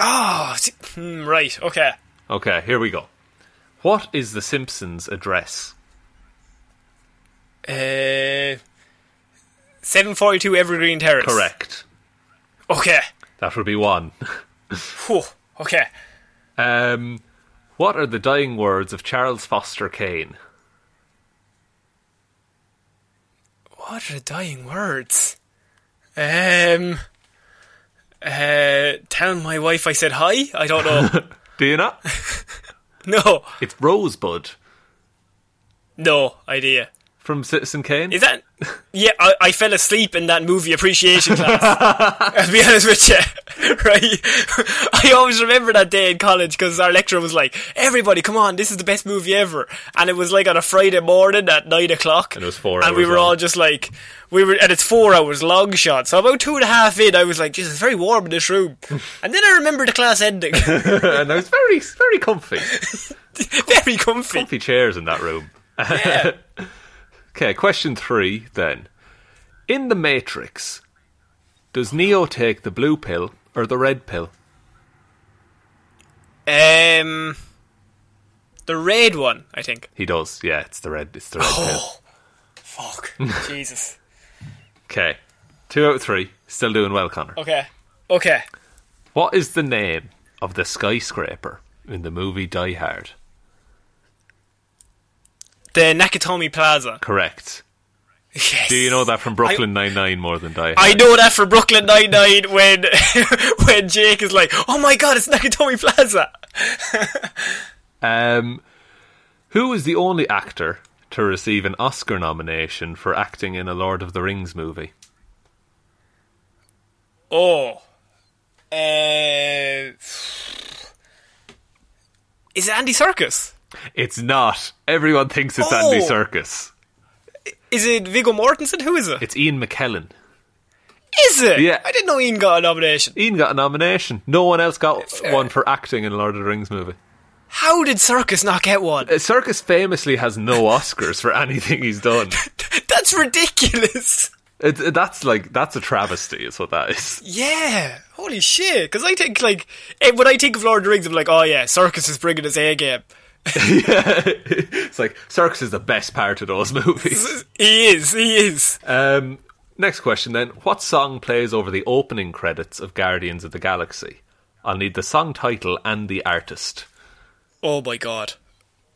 Speaker 2: ah,
Speaker 1: Oh, see- hmm, right, okay.
Speaker 2: Okay, here we go. What is the Simpsons address?
Speaker 1: Uh, 742 Evergreen Terrace.
Speaker 2: Correct.
Speaker 1: Okay.
Speaker 2: That would be one.
Speaker 1: Whew. Okay.
Speaker 2: Um, what are the dying words of Charles Foster Kane?
Speaker 1: What are the dying words? Um. Uh, tell my wife I said hi? I don't know.
Speaker 2: Do you not?
Speaker 1: no.
Speaker 2: it's Rosebud
Speaker 1: No idea.
Speaker 2: from Citizen Kane.
Speaker 1: Is that. Yeah, I, I fell asleep in that movie appreciation class. I'll be honest with you. right? I always remember that day in college because our lecturer was like, everybody, come on, this is the best movie ever. And it was like on a Friday morning at nine o'clock.
Speaker 2: And it was four
Speaker 1: And we
Speaker 2: hours
Speaker 1: were all
Speaker 2: long.
Speaker 1: just like, we were, and it's four hours long shot. So about two and a half in, I was like, Jesus, it's very warm in this room. and then I remember the class ending.
Speaker 2: and there's very very comfy,
Speaker 1: very comfy.
Speaker 2: comfy chairs in that room. okay, question three then. In the Matrix, does Neo take the blue pill or the red pill?
Speaker 1: Um, the red one, I think.
Speaker 2: He does. Yeah, it's the red. It's the red pill.
Speaker 1: Fuck. Jesus.
Speaker 2: Okay, two out of three. Still doing well, Connor.
Speaker 1: Okay. Okay.
Speaker 2: What is the name of the skyscraper in the movie Die Hard?
Speaker 1: The Nakatomi Plaza.
Speaker 2: Correct.
Speaker 1: Yes.
Speaker 2: Do you know that from Brooklyn Nine Nine more than Die Hard?
Speaker 1: I know that for Brooklyn Nine Nine when when Jake is like, "Oh my God, it's Nakatomi Plaza."
Speaker 2: Um, who is the only actor to receive an Oscar nomination for acting in a Lord of the Rings movie?
Speaker 1: Oh. Uh, is it Andy Circus?
Speaker 2: It's not. Everyone thinks it's Andy
Speaker 1: Oh.
Speaker 2: Serkis.
Speaker 1: Is it Viggo Mortensen? Who is it?
Speaker 2: It's Ian McKellen.
Speaker 1: Is it?
Speaker 2: Yeah.
Speaker 1: I didn't know Ian got a nomination.
Speaker 2: Ian got a nomination. No one else got one for acting in a Lord of the Rings movie.
Speaker 1: How did Circus not get one?
Speaker 2: Uh, Serkis famously has no Oscars for anything he's done.
Speaker 1: That's ridiculous.
Speaker 2: It, it- that's like that's a travesty, is what that is.
Speaker 1: Yeah, holy shit! Because I think like eh, when I think of Lord of the Rings, I'm like, oh yeah, Circus is bringing his A game.
Speaker 2: It's like Serkis is the best part of those movies.
Speaker 1: He is, he is.
Speaker 2: Um, next question then: What song plays over the opening credits of Guardians of the Galaxy? I'll need the song title and the artist.
Speaker 1: Oh my god,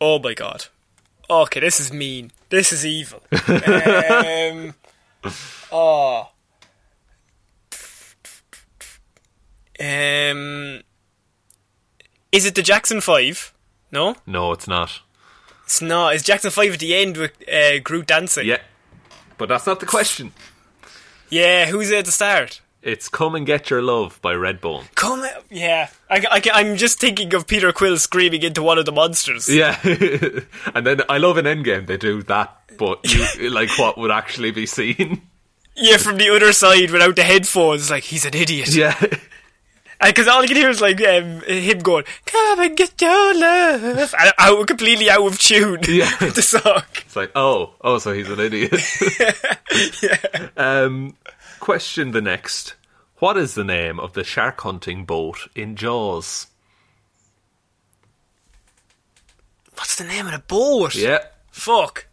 Speaker 1: oh my god. Okay, this is mean. This is evil. um, oh. Um, is it the Jackson Five? No,
Speaker 2: No, it's not.
Speaker 1: it's not. Is Jackson Five at the end with uh, Groot dancing?
Speaker 2: Yeah, but that's not the question.
Speaker 1: Yeah, who's there to start?
Speaker 2: It's Come and Get Your Love by Redbone.
Speaker 1: Come, out- yeah. I, am just thinking of Peter Quill screaming into one of the monsters.
Speaker 2: Yeah. and then I love in Endgame they do that, but you, like what would actually be seen.
Speaker 1: Yeah, from the other side without the headphones, like he's an idiot.
Speaker 2: Yeah.
Speaker 1: Because all I can hear is like um, him going, "Come and get your love," and out, completely out of tune.
Speaker 2: Yeah.
Speaker 1: with the song.
Speaker 2: It's like, oh, oh, so he's an idiot. Um, question the next. What is the name of the shark hunting boat in Jaws?
Speaker 1: What's the name of the boat?
Speaker 2: Yeah.
Speaker 1: Fuck.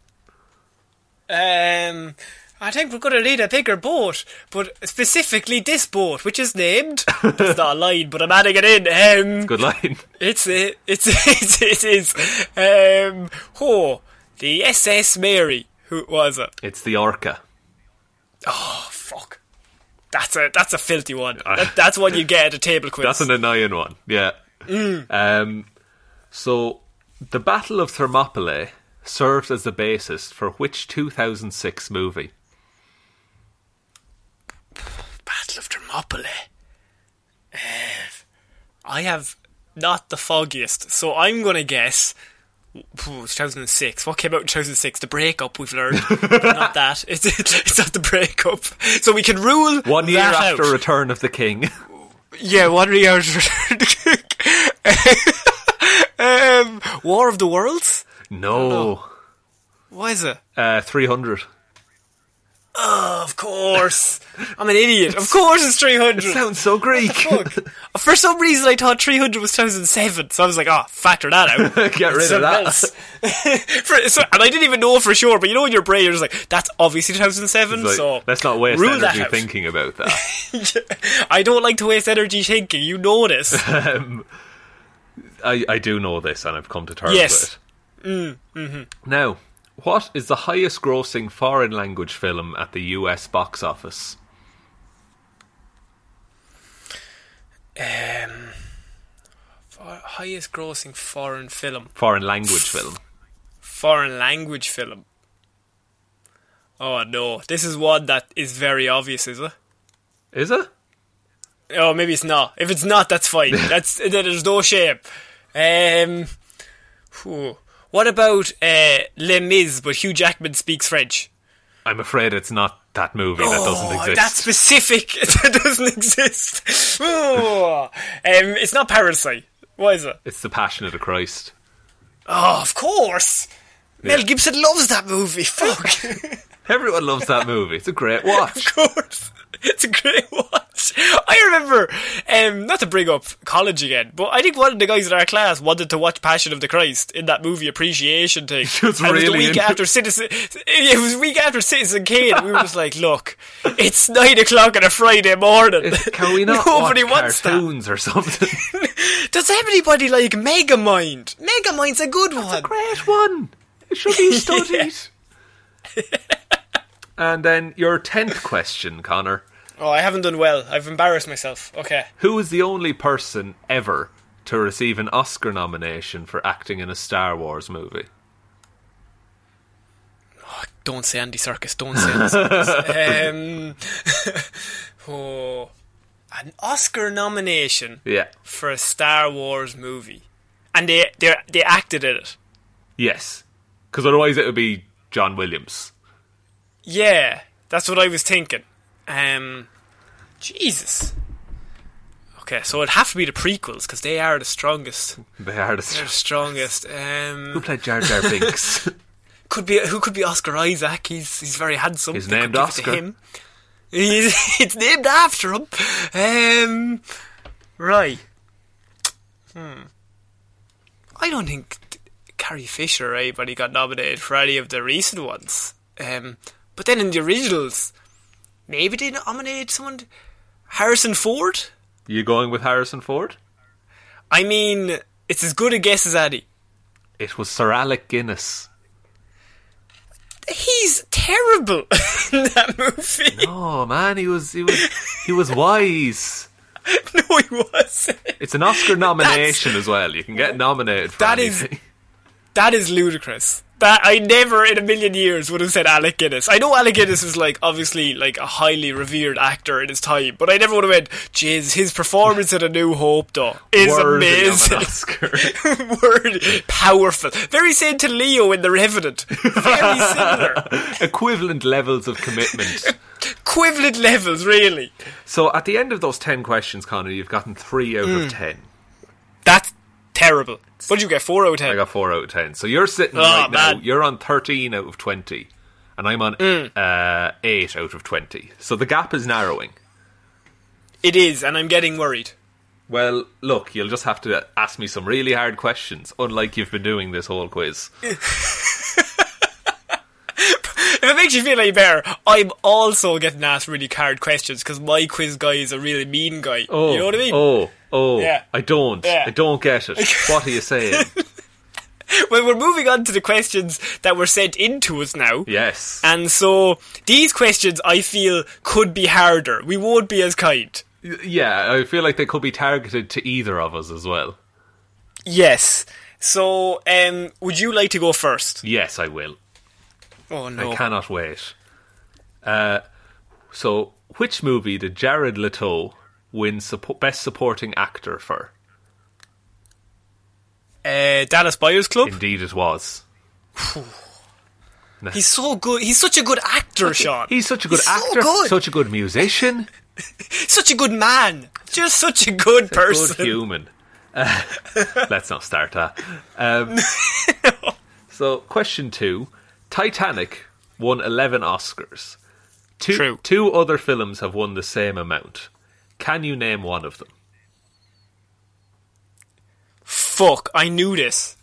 Speaker 1: Um, I think we're gonna need a bigger boat, but specifically this boat, which is named. That's not a line, but I'm adding it in. Um,
Speaker 2: Good line.
Speaker 1: It's it. It's it's it is. Um, oh, the SS Mary. Who was it?
Speaker 2: It's the orca.
Speaker 1: Fuck. That's a that's a filthy one. That, that's one you get at a table quiz.
Speaker 2: That's an annoying one. Yeah.
Speaker 1: Mm.
Speaker 2: Um, so, the Battle of Thermopylae served as the basis for which 2006 movie?
Speaker 1: Battle of Thermopylae. Eh, I have not the foggiest, so I'm gonna guess. phew, 2006. What came out in 2006? The breakup. We've learned. not that. It's it's not the breakup. So we can rule
Speaker 2: One year
Speaker 1: that
Speaker 2: after
Speaker 1: out.
Speaker 2: Return of the King.
Speaker 1: Yeah, one year after. um, War of the Worlds.
Speaker 2: no.
Speaker 1: What is it?
Speaker 2: Uh, 300.
Speaker 1: Of course. I'm an idiot. Of course it's 300.
Speaker 2: Sounds so Greek.
Speaker 1: Fuck. For some reason, I thought 300 was 2007, so I was like, oh, factor that out.
Speaker 2: Get rid of
Speaker 1: Something
Speaker 2: that.
Speaker 1: else. For- so- and I didn't even know for sure, but you know, in your brain, you're just like, that's obviously 2007,
Speaker 2: It's like,
Speaker 1: so.
Speaker 2: let's not waste
Speaker 1: rule
Speaker 2: energy
Speaker 1: that out.
Speaker 2: thinking about that.
Speaker 1: I don't like to waste energy thinking, you know this.
Speaker 2: I, I do know this, and I've come to terms
Speaker 1: Yes. Mm, mm-hmm.
Speaker 2: with it. Now, what is the highest grossing foreign language film at the US box office?
Speaker 1: um, for- highest grossing foreign film.
Speaker 2: Foreign language film.
Speaker 1: foreign language film. Oh no, this is one that is very obvious, is it?
Speaker 2: Is it?
Speaker 1: Oh, maybe it's not. If it's not, that's fine. That's then there's no shame. Um, phew. what about uh, Les Mis? But Hugh Jackman speaks French.
Speaker 2: I'm afraid it's not that movie that doesn't
Speaker 1: Oh,
Speaker 2: exist.
Speaker 1: That specific that doesn't exist. Oh. um, it's not Parasite. What is it?
Speaker 2: It's The Passion of the Christ.
Speaker 1: Oh, of course. Mel Gibson loves that movie. Fuck.
Speaker 2: Everyone loves that movie. It's a great watch.
Speaker 1: Of course. It's a great watch. I remember, um, not to bring up college again, but I think one of the guys in our class wanted to watch Passion of the Christ in that movie appreciation thing.
Speaker 2: It was
Speaker 1: And it was
Speaker 2: really
Speaker 1: the week
Speaker 2: into-
Speaker 1: after Citizen. It was the week after Citizen Kane. We were just like, look, it's nine o'clock on a Friday morning.
Speaker 2: It's- Can we not
Speaker 1: Nobody
Speaker 2: watch
Speaker 1: wants
Speaker 2: cartoons or something?
Speaker 1: that. Does anybody like Megamind? Megamind's a good one.
Speaker 2: great one. It should be studied. and then your tenth question, Connor.
Speaker 1: oh, I haven't done well. I've embarrassed myself. Okay.
Speaker 2: Who is the only person ever to receive an Oscar nomination for acting in a Star Wars movie?
Speaker 1: Don't say Andy Circus. Don't say Andy Circus. um, oh, an Oscar nomination
Speaker 2: Yeah.
Speaker 1: for a Star Wars movie, and they they they acted in it.
Speaker 2: Yes. Because otherwise it would be John Williams.
Speaker 1: Yeah, that's what I was thinking. Um, Jesus. Okay, so it'd have to be the prequels because they are the strongest.
Speaker 2: They
Speaker 1: They're
Speaker 2: are the
Speaker 1: the
Speaker 2: str-
Speaker 1: strongest.
Speaker 2: Who
Speaker 1: Um,
Speaker 2: played Jar Jar Binks?
Speaker 1: could be who could be Oscar Isaac? He's he's very handsome.
Speaker 2: He's
Speaker 1: They could
Speaker 2: named
Speaker 1: give it to
Speaker 2: Oscar.
Speaker 1: him. He's, it's named after him. Um, right. Hmm. I don't think t- Carrie Fisher or anybody got nominated for any of the recent ones. Um, but then in the originals, maybe they nominated someone. Harrison Ford.
Speaker 2: you going with Harrison Ford?
Speaker 1: I mean, it's as good a guess as any.
Speaker 2: It was Sir Alec Guinness.
Speaker 1: He's terrible in that movie.
Speaker 2: Oh man, he was he was he was wise.
Speaker 1: No, he was.
Speaker 2: It's an Oscar nomination as well. You can get nominated for
Speaker 1: That is-
Speaker 2: anything.
Speaker 1: That is ludicrous. That I never in a million years would have said Alec Guinness. I know Alec Guinness is like obviously like a highly revered actor in his time, but I never would have went, jeez, his performance in A New Hope though is
Speaker 2: Worthy of an
Speaker 1: amazing.
Speaker 2: Oscar.
Speaker 1: Word powerful. Very same to Leo in The Revenant. Very similar.
Speaker 2: Equivalent levels of commitment.
Speaker 1: Equivalent levels, really.
Speaker 2: So at the end of those 10 questions, Connor, you've gotten 3 out
Speaker 1: Hmm.
Speaker 2: of 10.
Speaker 1: That's terrible. What did you get? Four out of ten.
Speaker 2: I got 4 out of 10. So you're sitting
Speaker 1: Oh,
Speaker 2: right now,
Speaker 1: man. Hmm.
Speaker 2: you're on 13 out of 20. And I'm on uh, 8 out of 20. So the gap is narrowing.
Speaker 1: It is, and I'm getting worried.
Speaker 2: Well, look, you'll just have to ask me some really hard questions, unlike you've been doing this whole quiz.
Speaker 1: If it makes you feel any better, I'm also getting asked really hard questions because my quiz guy is a really mean guy.
Speaker 2: Oh,
Speaker 1: you know what I mean?
Speaker 2: Oh, oh,
Speaker 1: Yeah.
Speaker 2: I don't.
Speaker 1: Yeah.
Speaker 2: I don't get it. what are you saying?
Speaker 1: Well, we're moving on to the questions that were sent into us now.
Speaker 2: yes.
Speaker 1: And so these questions I feel could be harder. We won't be as kind.
Speaker 2: yeah, I feel like they could be targeted to either of us as well.
Speaker 1: Yes. So, um, would you like to go first?
Speaker 2: Yes, I will.
Speaker 1: Oh no.
Speaker 2: I cannot wait. Uh, so, which movie did Jared Leto win suppo- Best Supporting Actor for?
Speaker 1: Uh, Dallas Buyers Club.
Speaker 2: Indeed, it was.
Speaker 1: He's so good. He's such a good actor, Sean.
Speaker 2: He's such a good
Speaker 1: He's so
Speaker 2: actor,
Speaker 1: good.
Speaker 2: such a good musician,
Speaker 1: such a good man. Just such a good person.
Speaker 2: good human. Uh, let's not start that. Um, So, question two: Titanic won eleven Oscars. Two,
Speaker 1: True.
Speaker 2: Two other films have won the same amount. Can you name one of them?
Speaker 1: Fuck! I knew this.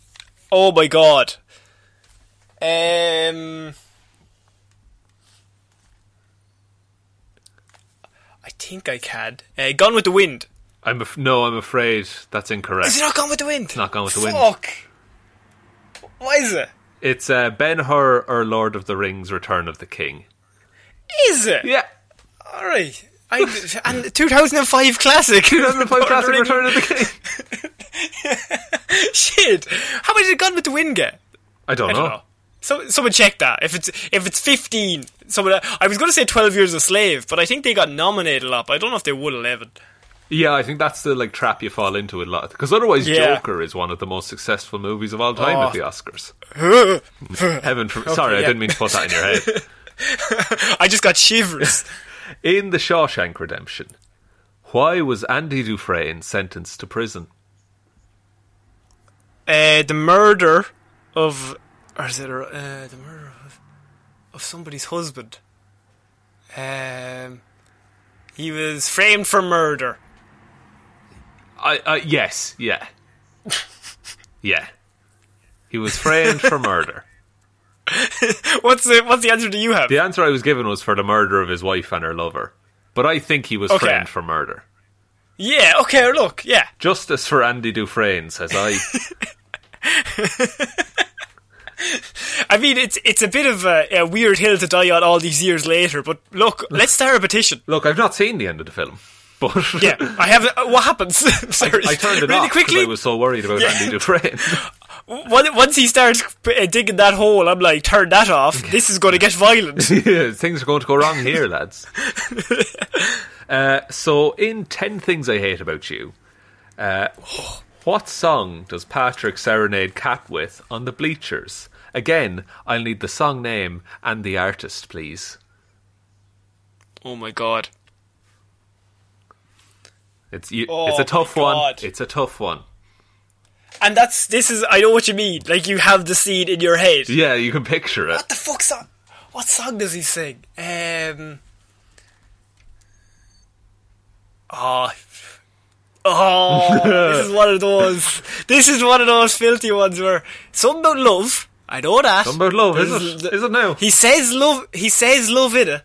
Speaker 1: Oh my god. Um. I think I can. Uh, Gone with the Wind.
Speaker 2: I'm af- no, I'm afraid that's incorrect.
Speaker 1: Is it not Gone with the Wind? It's
Speaker 2: not Gone with the Wind.
Speaker 1: Fuck. Why is it?
Speaker 2: It's uh, Ben Hur or Lord of the Rings: Return of the King.
Speaker 1: Is it?
Speaker 2: Yeah,
Speaker 1: All right. I, and 2005 classic.
Speaker 2: 2005 classic Return of the King.
Speaker 1: Shit. How much did Gone with the Wind get?
Speaker 2: I don't,
Speaker 1: I don't
Speaker 2: know.
Speaker 1: know. So, someone check that. If it's if it's fifteen, someone uh, I was going to say twelve years a slave, but I think they got nominated a lot. But I don't know if they would eleven.
Speaker 2: Yeah, I think that's the like trap you fall into a lot because otherwise,
Speaker 1: Yeah.
Speaker 2: Joker is one of the most successful movies of all time
Speaker 1: Oh.
Speaker 2: at the Oscars. Heaven, for- sorry, I
Speaker 1: yeah.
Speaker 2: didn't mean to put that in your head.
Speaker 1: I just got shivers.
Speaker 2: In The Shawshank Redemption, why was Andy Dufresne sentenced to prison?
Speaker 1: uh, the murder of, or is it uh, the murder of, of somebody's husband? Um, he was framed for murder.
Speaker 2: I, I yes, yeah, yeah. He was framed for murder.
Speaker 1: What's the what's the answer do you have?
Speaker 2: The answer I was given was for the murder of his wife and her lover, but I think he was
Speaker 1: Okay.
Speaker 2: framed for murder.
Speaker 1: Yeah. Okay. Look. Yeah.
Speaker 2: Justice for Andy Dufresne, says I.
Speaker 1: I mean, it's it's a bit of a, a weird hill to die on all these years later. But look, let's start a petition.
Speaker 2: Look, I've not seen the end of the film, but
Speaker 1: Yeah, I have. Uh, what happens? Sorry,
Speaker 2: I turned it
Speaker 1: really
Speaker 2: off because
Speaker 1: quickly.
Speaker 2: I was so worried about Andy Dufresne.
Speaker 1: on- Once he starts uh, digging that hole, I'm like, turn that off. This is going to get violent.
Speaker 2: Yeah, Things are going to go wrong here, lads. Uh, so, in 10 Things I Hate About You, uh, what song does Patrick serenade Cat with on the bleachers? Again, I'll need the song name and the artist, please.
Speaker 1: oh my god.
Speaker 2: It's you,
Speaker 1: Oh
Speaker 2: it's a
Speaker 1: my
Speaker 2: tough one.
Speaker 1: God.
Speaker 2: It's a tough one.
Speaker 1: And that's this is. I know what you mean. Like you have the seed in your head.
Speaker 2: Yeah, you can picture it.
Speaker 1: What the fuck song? What song does he sing? Um. Oh. Oh, this is one of those. This is one of those filthy ones where something about love. I know that.
Speaker 2: Something about love,
Speaker 1: This
Speaker 2: Oh, is it? Is it now?
Speaker 1: He says love. He says love in it.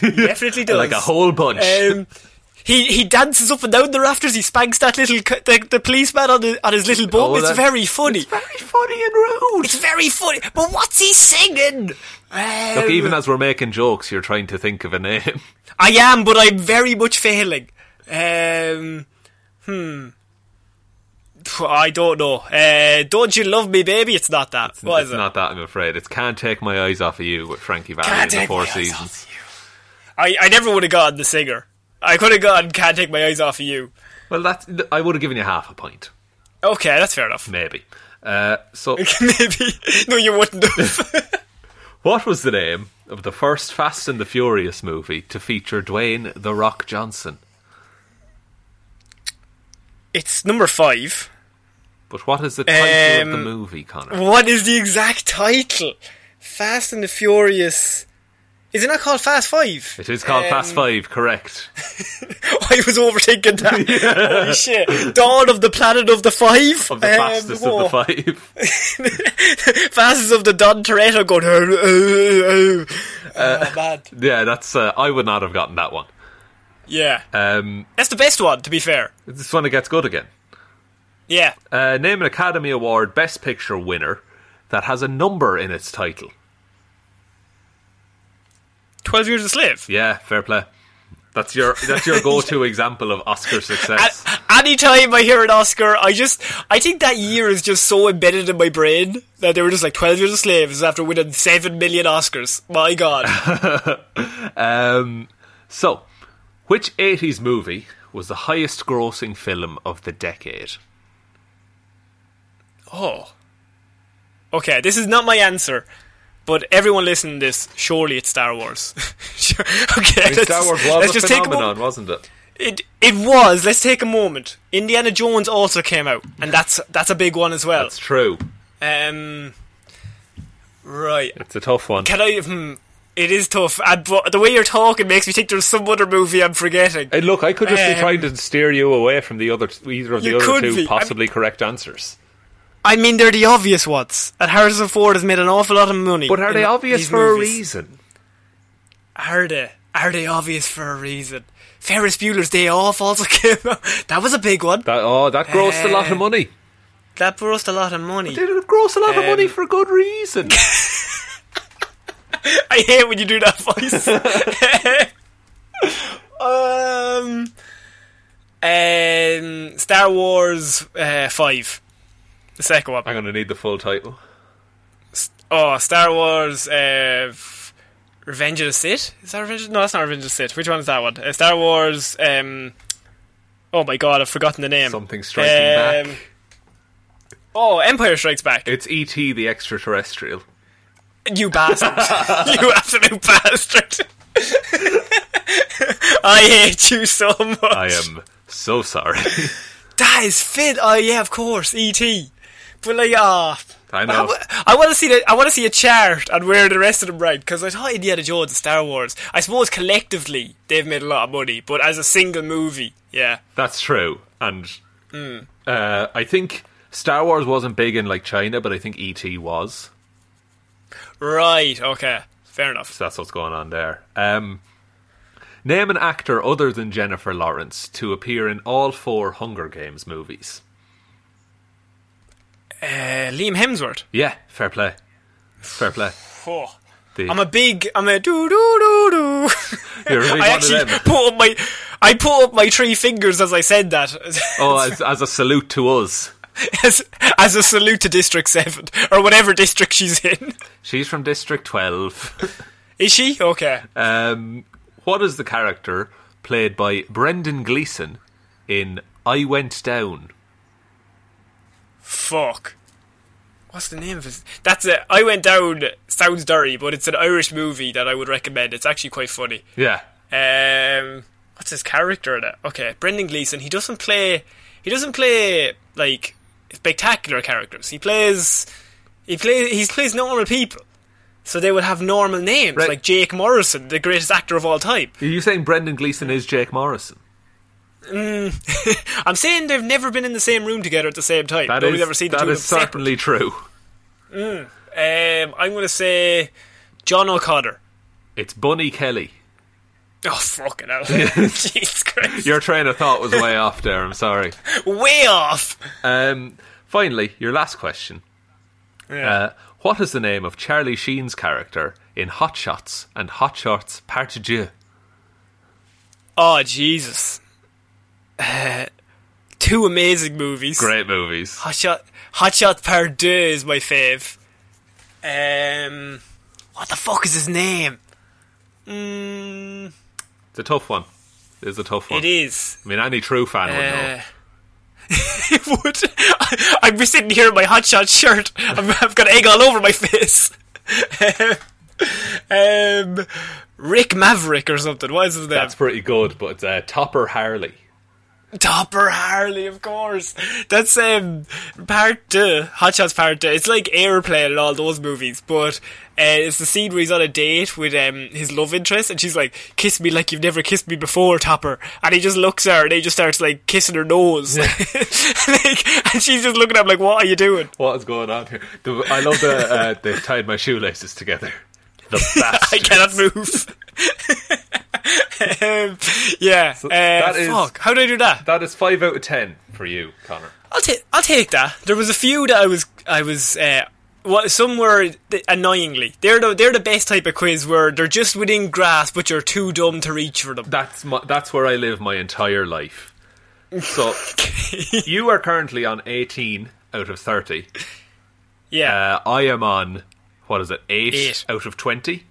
Speaker 1: He definitely does.
Speaker 2: Like a whole bunch.
Speaker 1: Um, he he dances up and down the rafters. He spanks that little c- the, the policeman on the on his little boat.
Speaker 2: Oh,
Speaker 1: it's
Speaker 2: that-
Speaker 1: very funny.
Speaker 2: It's very funny and rude.
Speaker 1: It's very funny. But what's he singing? Um,
Speaker 2: Look, even as we're making jokes, you're trying to think of a name.
Speaker 1: I am, but I'm very much failing. Um, hmm. Phew, I don't know. Uh, don't you love me, baby? It's not that.
Speaker 2: It's,
Speaker 1: What is
Speaker 2: it's
Speaker 1: it?
Speaker 2: not that, I'm afraid. It's Can't Take My Eyes Off of You with Frankie Valli
Speaker 1: Can't
Speaker 2: in the
Speaker 1: take
Speaker 2: Four
Speaker 1: my eyes off
Speaker 2: Seasons.
Speaker 1: I, I never would have gotten the singer. I could have gotten Can't Take My Eyes Off of You.
Speaker 2: Well, that's, I would have given you half a point,
Speaker 1: Okay, that's fair enough.
Speaker 2: maybe. Uh, so,
Speaker 1: Maybe. No, you wouldn't have.
Speaker 2: what was the name of the first Fast and the Furious movie to feature Dwayne The Rock Johnson?
Speaker 1: it's number five.
Speaker 2: But what is the title of
Speaker 1: Um,
Speaker 2: the movie, Connor?
Speaker 1: What is the exact title? Fast and the Furious. Is it not called Fast Five?
Speaker 2: It is called
Speaker 1: um,
Speaker 2: Fast Five, correct.
Speaker 1: I was overthinking that. Holy shit. Dawn of the Planet of the Five?
Speaker 2: Of the
Speaker 1: Um,
Speaker 2: fastest
Speaker 1: whoa.
Speaker 2: of the five.
Speaker 1: Fastest of the Don Toretto going. Oh, oh, oh.
Speaker 2: Uh,
Speaker 1: Oh, man.
Speaker 2: yeah, that's. Uh, I would not have gotten that one.
Speaker 1: Yeah.
Speaker 2: Um,
Speaker 1: That's the best one, to be fair.
Speaker 2: this is when it gets good again.
Speaker 1: Yeah.
Speaker 2: Uh, name an Academy Award Best Picture winner that has a number in its title.
Speaker 1: 12 Years a Slave.
Speaker 2: Yeah, fair play. That's your that's your go-to example of Oscar success.
Speaker 1: A- anytime I hear an Oscar, I just I think that year is just so embedded in my brain that they were just like twelve years a slave is after winning seven million Oscars. My God,
Speaker 2: Um, so, which '80s movie was the highest-grossing film of the decade?
Speaker 1: oh, okay, this is not my answer. But everyone listening to this, surely it's Star Wars. Sure, okay, let's,
Speaker 2: Star Wars was
Speaker 1: let's
Speaker 2: a
Speaker 1: just take a
Speaker 2: phenomenon,
Speaker 1: moment.
Speaker 2: wasn't it?
Speaker 1: It it was. Let's take a moment. Indiana Jones also came out, and that's that's a big one as well.
Speaker 2: That's true.
Speaker 1: Um, right.
Speaker 2: It's a tough one.
Speaker 1: Can I? Hmm, it is tough. And, but the way you're talking makes me think there's some other movie I'm forgetting.
Speaker 2: Hey, look, I could just be
Speaker 1: Um,
Speaker 2: trying to steer you away from the other either of the
Speaker 1: You
Speaker 2: other
Speaker 1: could
Speaker 2: two
Speaker 1: be. I
Speaker 2: possibly correct answers.
Speaker 1: I mean, they're the obvious ones. And Harrison Ford has made an awful lot of money.
Speaker 2: But are
Speaker 1: in
Speaker 2: they obvious
Speaker 1: these
Speaker 2: for
Speaker 1: movies.
Speaker 2: a reason?
Speaker 1: Are they? Are they obvious for a reason? Ferris Bueller's Day Off also came out. That was a big one.
Speaker 2: That oh, that grossed a
Speaker 1: Um,
Speaker 2: lot of money.
Speaker 1: That grossed a lot of money.
Speaker 2: Did it gross a lot of
Speaker 1: um,
Speaker 2: money for good reason?
Speaker 1: I hate when you do that voice. um, um, Star Wars uh, 5. The second one.
Speaker 2: I'm going to need the full title.
Speaker 1: Oh, Star Wars uh, f- Revenge of the Sith? Is that Revenge of No, that's not Revenge of the Sith. Which one is that one? Uh, Star Wars. Um, oh my god, I've forgotten the name.
Speaker 2: Something striking
Speaker 1: Um,
Speaker 2: back.
Speaker 1: Oh, Empire Strikes Back.
Speaker 2: It's E.T. the extraterrestrial.
Speaker 1: You bastard. you absolute bastard. I hate you so much.
Speaker 2: I am so sorry.
Speaker 1: That is fit. Oh yeah, of course, E.T. But like, ah,
Speaker 2: I
Speaker 1: I,
Speaker 2: know.
Speaker 1: want to see the, I want to see a chart on where the rest of them rank because I thought Indiana Jones and Star Wars. I suppose collectively they've made a lot of money, but as a single movie, yeah,
Speaker 2: That's true. And
Speaker 1: Hmm.
Speaker 2: uh, I think Star Wars wasn't big in like China, but I think E.T. was.
Speaker 1: right, okay, fair enough.
Speaker 2: So that's what's going on there. Um, name an actor other than Jennifer Lawrence to appear in all four Hunger Games movies.
Speaker 1: Uh, Liam Hemsworth.
Speaker 2: Yeah, fair play. Fair play.
Speaker 1: Oh.
Speaker 2: The-
Speaker 1: I'm a big, I'm a doo doo doo doo.
Speaker 2: You're
Speaker 1: I
Speaker 2: really one of
Speaker 1: actually
Speaker 2: them.
Speaker 1: put up my, I put up my three fingers as I said that,
Speaker 2: Oh, as, as a salute to us.
Speaker 1: as, as a salute to District Seven or whatever district she's in.
Speaker 2: She's from District 12.
Speaker 1: Is she okay?
Speaker 2: Um, what is the character played by Brendan Gleeson in I Went Down?
Speaker 1: Fuck. What's the name of it? That's it. I went down. Sounds dirty, but it's an Irish movie that I would recommend. It's actually quite funny.
Speaker 2: Yeah.
Speaker 1: Um, what's his character in it? Okay, Brendan Gleeson. He doesn't play. He doesn't play like spectacular characters. He plays. He plays. He plays normal people. So they would have normal names
Speaker 2: Right.
Speaker 1: like Jake Morrison, the greatest actor of all time.
Speaker 2: Are you saying Brendan Gleeson is Jake Morrison?
Speaker 1: I'm saying they've never been in the same room together at the same time.
Speaker 2: That is
Speaker 1: Nobody's ever seen the
Speaker 2: that
Speaker 1: two of
Speaker 2: is
Speaker 1: them separate.
Speaker 2: certainly true.
Speaker 1: Um, I'm going to say John O'Connor.
Speaker 2: It's Bunny Kelly.
Speaker 1: Oh, fucking hell. Jesus Christ.
Speaker 2: Your train of thought was way off there, I'm sorry.
Speaker 1: way off.
Speaker 2: Um, finally, your last question. Uh, what is the name of Charlie Sheen's character in Hot Shots and Hot Shots Part 2?
Speaker 1: Oh, Jesus. Uh, two amazing movies.
Speaker 2: Great movies.
Speaker 1: Hot Shot, Hot Shot Part Deux is my fave. Um, what the fuck is his name? Mm,
Speaker 2: It's a tough one. It's a tough one.
Speaker 1: it is.
Speaker 2: I mean, any true fan would
Speaker 1: Uh,
Speaker 2: know.
Speaker 1: it would. I, I'm just sitting here in my hotshot shirt. I've, I've got egg all over my face. um, Rick Maverick or something. What is his name?
Speaker 2: That's pretty good, but it's uh, Topper Harley.
Speaker 1: Topper Harley, of course. That's um part two, Hot Shots part two. It's like Airplane and all those movies, but uh, it's the scene where he's on a date with um his love interest, and she's like, "Kiss me like you've never kissed me before, Topper," and he just looks at her, and he just starts like kissing her nose, like, and she's just looking at him like, "What are you doing?"
Speaker 2: What is going on here? The, I love that uh, they've tied my shoelaces together. The
Speaker 1: I
Speaker 2: bastard.
Speaker 1: cannot move. um, yeah, uh,
Speaker 2: that is-
Speaker 1: fuck. How do I do that?
Speaker 2: that is five out of ten for you, Connor.
Speaker 1: I'll take I'll take that. There was a few that I was I was uh, what some were th- annoyingly they're the they're the best type of quiz where they're just within grasp but you're too dumb to reach for them.
Speaker 2: That's my, that's where I live my entire life. So you are currently on eighteen out of thirty.
Speaker 1: Yeah,
Speaker 2: Uh, I am on what is it? Eight,
Speaker 1: Eight.
Speaker 2: out of twenty.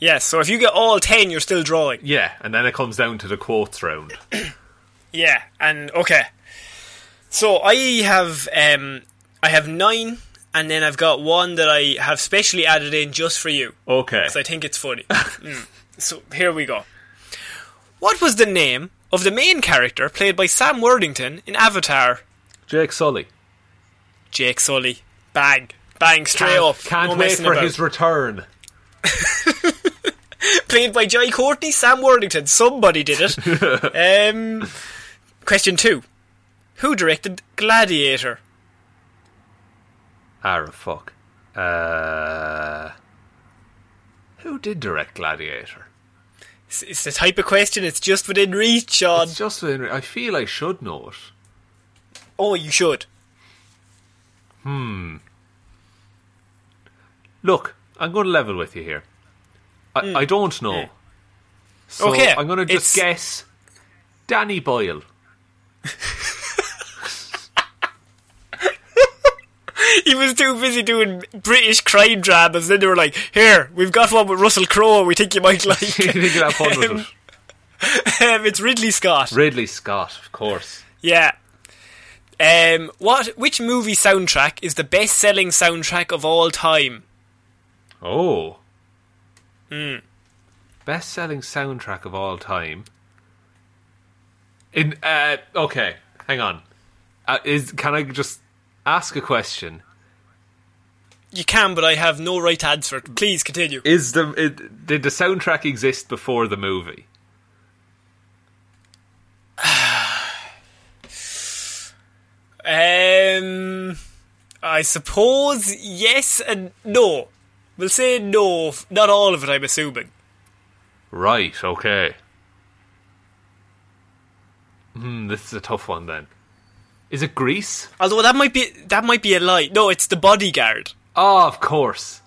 Speaker 1: yeah. So if you get all ten, you're still drawing.
Speaker 2: Yeah, and then it comes down to the quotes round.
Speaker 1: Yeah, and okay. So I have um I have nine, and then I've got one that I have specially added in just for you.
Speaker 2: Okay.
Speaker 1: because I think it's funny. Mm. So here we go. What was the name of the main character played by Sam Worthington in Avatar?
Speaker 2: Jake Sully.
Speaker 1: Jake Sully. Bang. Bang straight
Speaker 2: Can't,
Speaker 1: up. No
Speaker 2: can't wait
Speaker 1: messing
Speaker 2: for
Speaker 1: about.
Speaker 2: his return.
Speaker 1: played by Jai Courtney, Sam Worthington. Somebody did it. um, question two. Who directed Gladiator?
Speaker 2: Ah, fuck. Uh, who did direct Gladiator?
Speaker 1: It's, it's the type of question it's just within reach, Sean.
Speaker 2: It's just within. re- I feel I should know it.
Speaker 1: Oh, you should.
Speaker 2: Look, I'm going to level with you here. I, I don't know. So
Speaker 1: Hmm. Okay,
Speaker 2: I'm going to
Speaker 1: it's-
Speaker 2: just guess Danny Boyle.
Speaker 1: He was too busy doing British crime dramas. Then they were like, "Here, we've got one with Russell Crowe. We think you might like."
Speaker 2: you think you'll have fun with it?
Speaker 1: Um, it's Ridley Scott.
Speaker 2: Ridley Scott, of course.
Speaker 1: Yeah. Um, what? Which movie soundtrack is the best-selling soundtrack of all time?
Speaker 2: Oh. Hmm. Best selling soundtrack of all time. In uh okay, hang on. Uh, is can I just ask a question?
Speaker 1: You can, but I have no right to answer it. Please continue.
Speaker 2: Is the it, did the soundtrack exist before the movie?
Speaker 1: Um, I suppose yes and no. We'll say no. f- Not all of it, I'm assuming.
Speaker 2: Right, okay. Hmm, this is a tough one then. Is it Greece?
Speaker 1: Although that might be that might be a lie. No, it's the bodyguard.
Speaker 2: Ah, of course.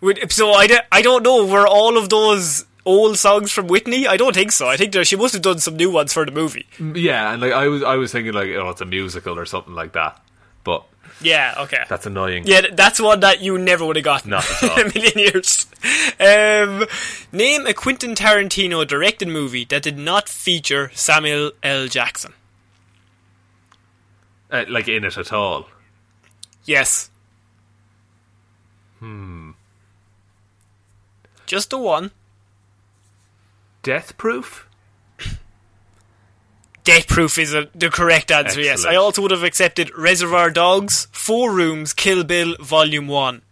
Speaker 1: Would- So I, don't- I don't know. Were all of those old songs from Whitney? I don't think so. I think there, she must have done some new ones for the movie.
Speaker 2: Yeah, and like I was I was thinking like oh, it's a musical or something like that. But
Speaker 1: Yeah. Okay.
Speaker 2: that's annoying.
Speaker 1: yeah, th- that's one that you never would have gotten.
Speaker 2: Not at all.
Speaker 1: a million years. Um, name a Quentin Tarantino directed movie that did not feature Samuel L. Jackson.
Speaker 2: uh, like in it at all.
Speaker 1: Yes. Hmm. Just the one.
Speaker 2: Death Proof?
Speaker 1: Death Proof is a, the correct answer, yes.
Speaker 2: Excellent.
Speaker 1: I also would have accepted Reservoir Dogs, Four Rooms, Kill Bill, Volume 1.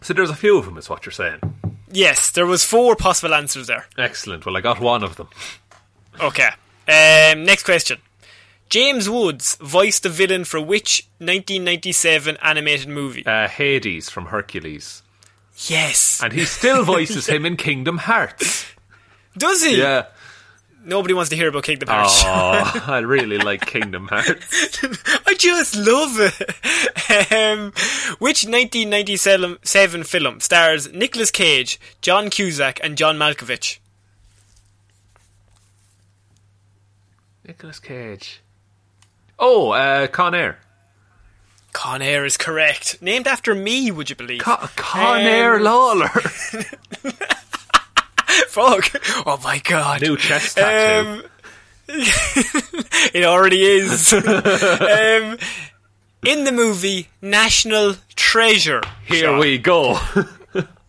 Speaker 2: So there's a few of them, is what you're saying.
Speaker 1: Yes, there was four possible answers there.
Speaker 2: Excellent. Well, I got one of them.
Speaker 1: Okay. Um, next question. James Woods voiced the villain for which 1997 animated movie?
Speaker 2: Uh, Hades from Hercules,
Speaker 1: yes.
Speaker 2: and he still voices him in Kingdom Hearts.
Speaker 1: Does he?
Speaker 2: Yeah.
Speaker 1: Nobody wants to hear about Kingdom Hearts.
Speaker 2: Oh, I really like Kingdom Hearts.
Speaker 1: I just love it. um, which 1997 seven film stars Nicolas Cage, John Cusack, and John Malkovich?
Speaker 2: Nicholas Cage, Oh, uh, Con Air.
Speaker 1: Con Air is correct. Named after me, would you believe?
Speaker 2: Con, Con Air
Speaker 1: Um,
Speaker 2: Lawler.
Speaker 1: Fuck. Oh my god.
Speaker 2: New chest tattoo.
Speaker 1: it already is. um, in the movie National Treasure.
Speaker 2: Here
Speaker 1: Sean,
Speaker 2: we go.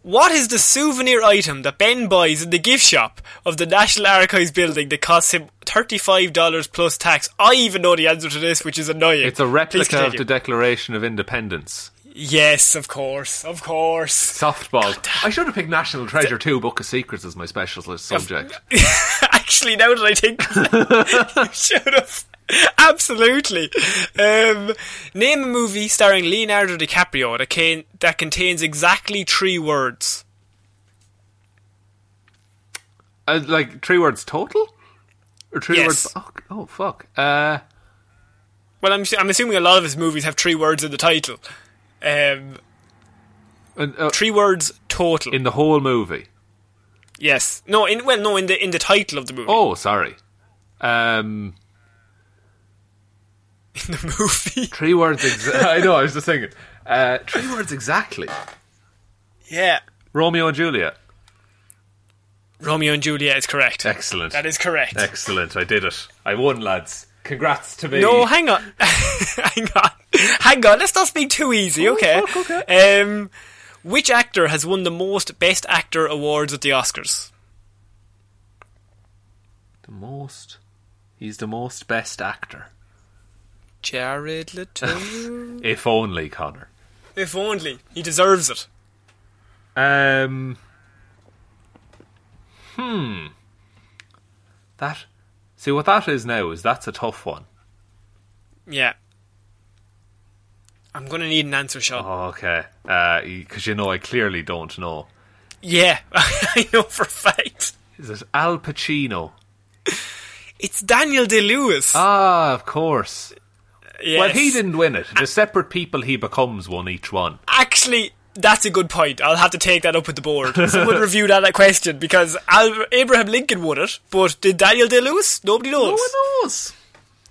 Speaker 1: What is the souvenir item that Ben buys in the gift shop of the National Archives building that costs him $35 plus tax? I even know the answer to this, which is annoying.
Speaker 2: It's a
Speaker 1: Please
Speaker 2: replica of
Speaker 1: continue.
Speaker 2: the Declaration of Independence.
Speaker 1: Yes, of course. Of course.
Speaker 2: Softball. I should have picked National Treasure 2 Book of Secrets as my specialist subject.
Speaker 1: Actually, now that I think, you should have. Absolutely. Um, name a movie starring Leonardo DiCaprio that, can, that contains exactly three words.
Speaker 2: Uh, like, three words total? Or three
Speaker 1: Yes.
Speaker 2: words. Oh, oh, fuck. Uh,
Speaker 1: Well, I'm, I'm assuming a lot of his movies have three words in the title. Um,
Speaker 2: and, uh,
Speaker 1: three words total.
Speaker 2: in the whole movie.
Speaker 1: yes. No. In well, no. In the in the title of the movie.
Speaker 2: Oh, sorry. Um,
Speaker 1: In the movie.
Speaker 2: three words exactly. I know, I was just thinking. Uh, three words exactly.
Speaker 1: yeah.
Speaker 2: Romeo and Juliet.
Speaker 1: Romeo and Juliet is correct.
Speaker 2: Excellent.
Speaker 1: That is correct.
Speaker 2: Excellent. I did it. I won, lads. Congrats to me.
Speaker 1: No, hang on, hang on, hang on. Let's not speak too easy, okay?
Speaker 2: fuck,
Speaker 1: Um, which actor has won the most Best Actor awards at the Oscars?
Speaker 2: The most. He's the most best actor.
Speaker 1: Jared Leto.
Speaker 2: If only, Connor.
Speaker 1: if only he deserves it.
Speaker 2: Um. Hmm. That. See what that is now is that's a tough one.
Speaker 1: Yeah. I'm gonna need an answer, Sean.
Speaker 2: Oh, okay. Uh, because you know I clearly don't know.
Speaker 1: Yeah, I know for a fact.
Speaker 2: Is it Al Pacino?
Speaker 1: It's Daniel Day Lewis.
Speaker 2: Ah, of course.
Speaker 1: yes.
Speaker 2: Well, he didn't win it. The separate people he becomes won each one.
Speaker 1: Actually, that's a good point. I'll have to take that up with the board. Someone review that, that question because Al- Abraham Lincoln won it, but did Daniel Day Lewis? Nobody knows.
Speaker 2: knows.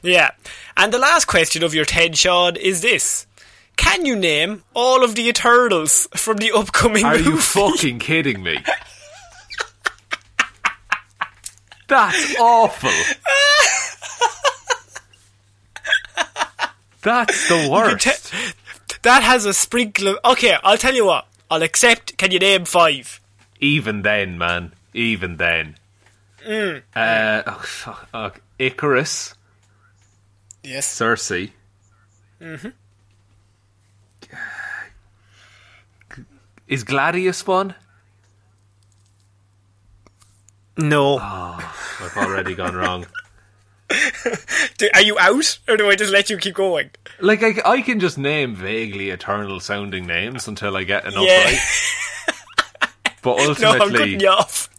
Speaker 1: Yeah. And the last question of your TED, Sean, is this. Can you name all of the Eternals from the upcoming
Speaker 2: Are
Speaker 1: movie?
Speaker 2: you fucking kidding me? That's awful. That's the worst.
Speaker 1: that has a sprinkle of... Okay, I'll tell you what. I'll accept. Can you name five?
Speaker 2: Even then, man. Even then.
Speaker 1: Mm.
Speaker 2: Uh, oh, fuck, oh, Icarus,
Speaker 1: Yes.
Speaker 2: Circe. Mm-hmm.
Speaker 1: Mm-hmm.
Speaker 2: Is Gladius one?
Speaker 1: No.
Speaker 2: I've already gone wrong.
Speaker 1: Do- are you out? Or do I just let you keep going?
Speaker 2: Like I, I can just name vaguely eternal sounding names until I get enough
Speaker 1: Yeah.
Speaker 2: right. But
Speaker 1: No, I'm
Speaker 2: ultimately,
Speaker 1: cutting you off.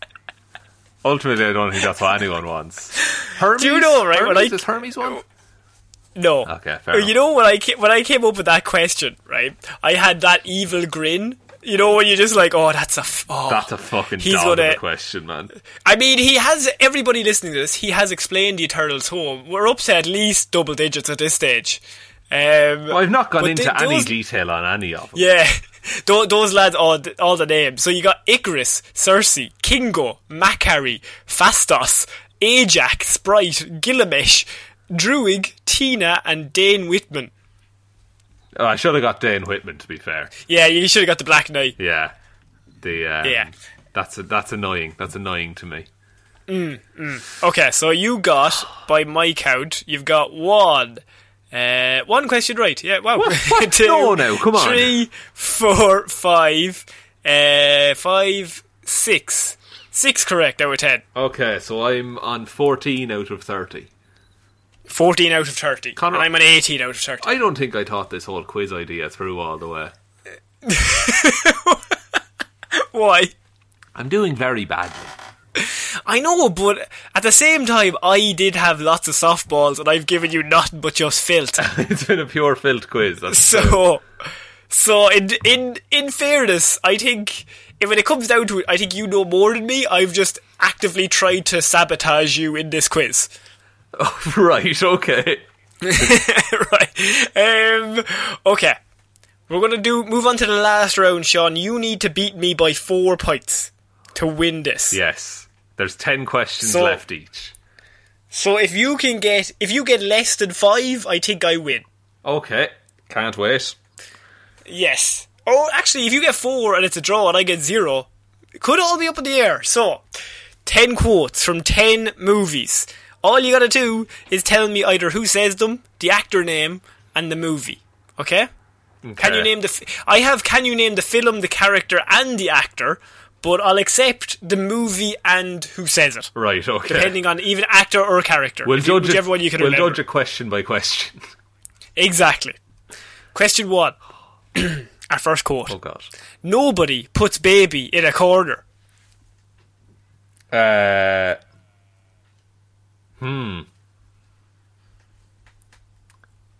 Speaker 2: ultimately, I don't think that's what anyone wants. Hermes,
Speaker 1: Do you know, right, when I-
Speaker 2: Hermes,
Speaker 1: Oh.
Speaker 2: is Hermes one?
Speaker 1: No.
Speaker 2: Okay, fair
Speaker 1: You
Speaker 2: enough.
Speaker 1: know when I ca- when I came up with that question, right? I had that evil grin. You know when you're just like, oh, that's a f- oh.
Speaker 2: That's a fucking
Speaker 1: He's
Speaker 2: dog of
Speaker 1: gonna-
Speaker 2: a question, man.
Speaker 1: I mean, he has everybody listening to this. He has explained the Eternals home. We're up to at least double digits at this stage. Um,
Speaker 2: Well, I've not gone
Speaker 1: but
Speaker 2: into
Speaker 1: th-
Speaker 2: any
Speaker 1: those-
Speaker 2: detail on any of them.
Speaker 1: Yeah. Tho- Those lads, all the, all the names. So you got Icarus, Circe, Kingo, Macari, Fastos, Ajax, Sprite, Gilgamesh, Druig, Tina, and Dane Whitman.
Speaker 2: Oh, I should have got Dane Whitman. To be fair,
Speaker 1: Yeah, you should have got the Black Knight.
Speaker 2: yeah, the um,
Speaker 1: Yeah.
Speaker 2: That's that's annoying. That's annoying to me.
Speaker 1: Okay, so you got, by my count, you've got one. Uh, one question right. Yeah, wow.
Speaker 2: What? What?
Speaker 1: Two,
Speaker 2: No, no, come on.
Speaker 1: Three, four, five, uh, five, six. Six correct out of ten.
Speaker 2: Okay, so I'm on fourteen out of thirty.
Speaker 1: 14 out of 30.
Speaker 2: Conor-
Speaker 1: and I'm an 18 out of 30.
Speaker 2: I don't think I thought this whole quiz idea through all the way.
Speaker 1: Why?
Speaker 2: I'm doing very badly.
Speaker 1: I know, but at the same time, I did have lots of softballs and I've given you nothing but just filth.
Speaker 2: it's been a pure filled quiz. That's
Speaker 1: So, so in in in fairness, I think if when it comes down to it, I think you know more than me. I've just actively tried to sabotage you in this quiz.
Speaker 2: right. Okay.
Speaker 1: right. Um, okay. We're gonna do move on to the last round, Sean. You need to beat me by four points to win this.
Speaker 2: Yes. There's 10 questions
Speaker 1: So-
Speaker 2: left each.
Speaker 1: So if you can get if you get less than five, I think I win.
Speaker 2: Okay. Can't wait.
Speaker 1: Yes. Oh, actually, if you get four and it's a draw and I get zero, it could all be up in the air. So, ten quotes from ten movies. All you gotta do is tell me either who says them, the actor name, and the movie. Okay? Can you name the? F- I have. Can you name the film, the character, and the actor? But I'll accept the movie and who says it,
Speaker 2: Right, okay.
Speaker 1: depending on even actor or character.
Speaker 2: we'll
Speaker 1: If you-
Speaker 2: judge
Speaker 1: whichever
Speaker 2: it,
Speaker 1: one you can
Speaker 2: we'll
Speaker 1: remember.
Speaker 2: judge it question by question.
Speaker 1: Exactly. Question one. Our first quote.
Speaker 2: Oh, God.
Speaker 1: Nobody puts baby in a corner.
Speaker 2: Uh, hmm.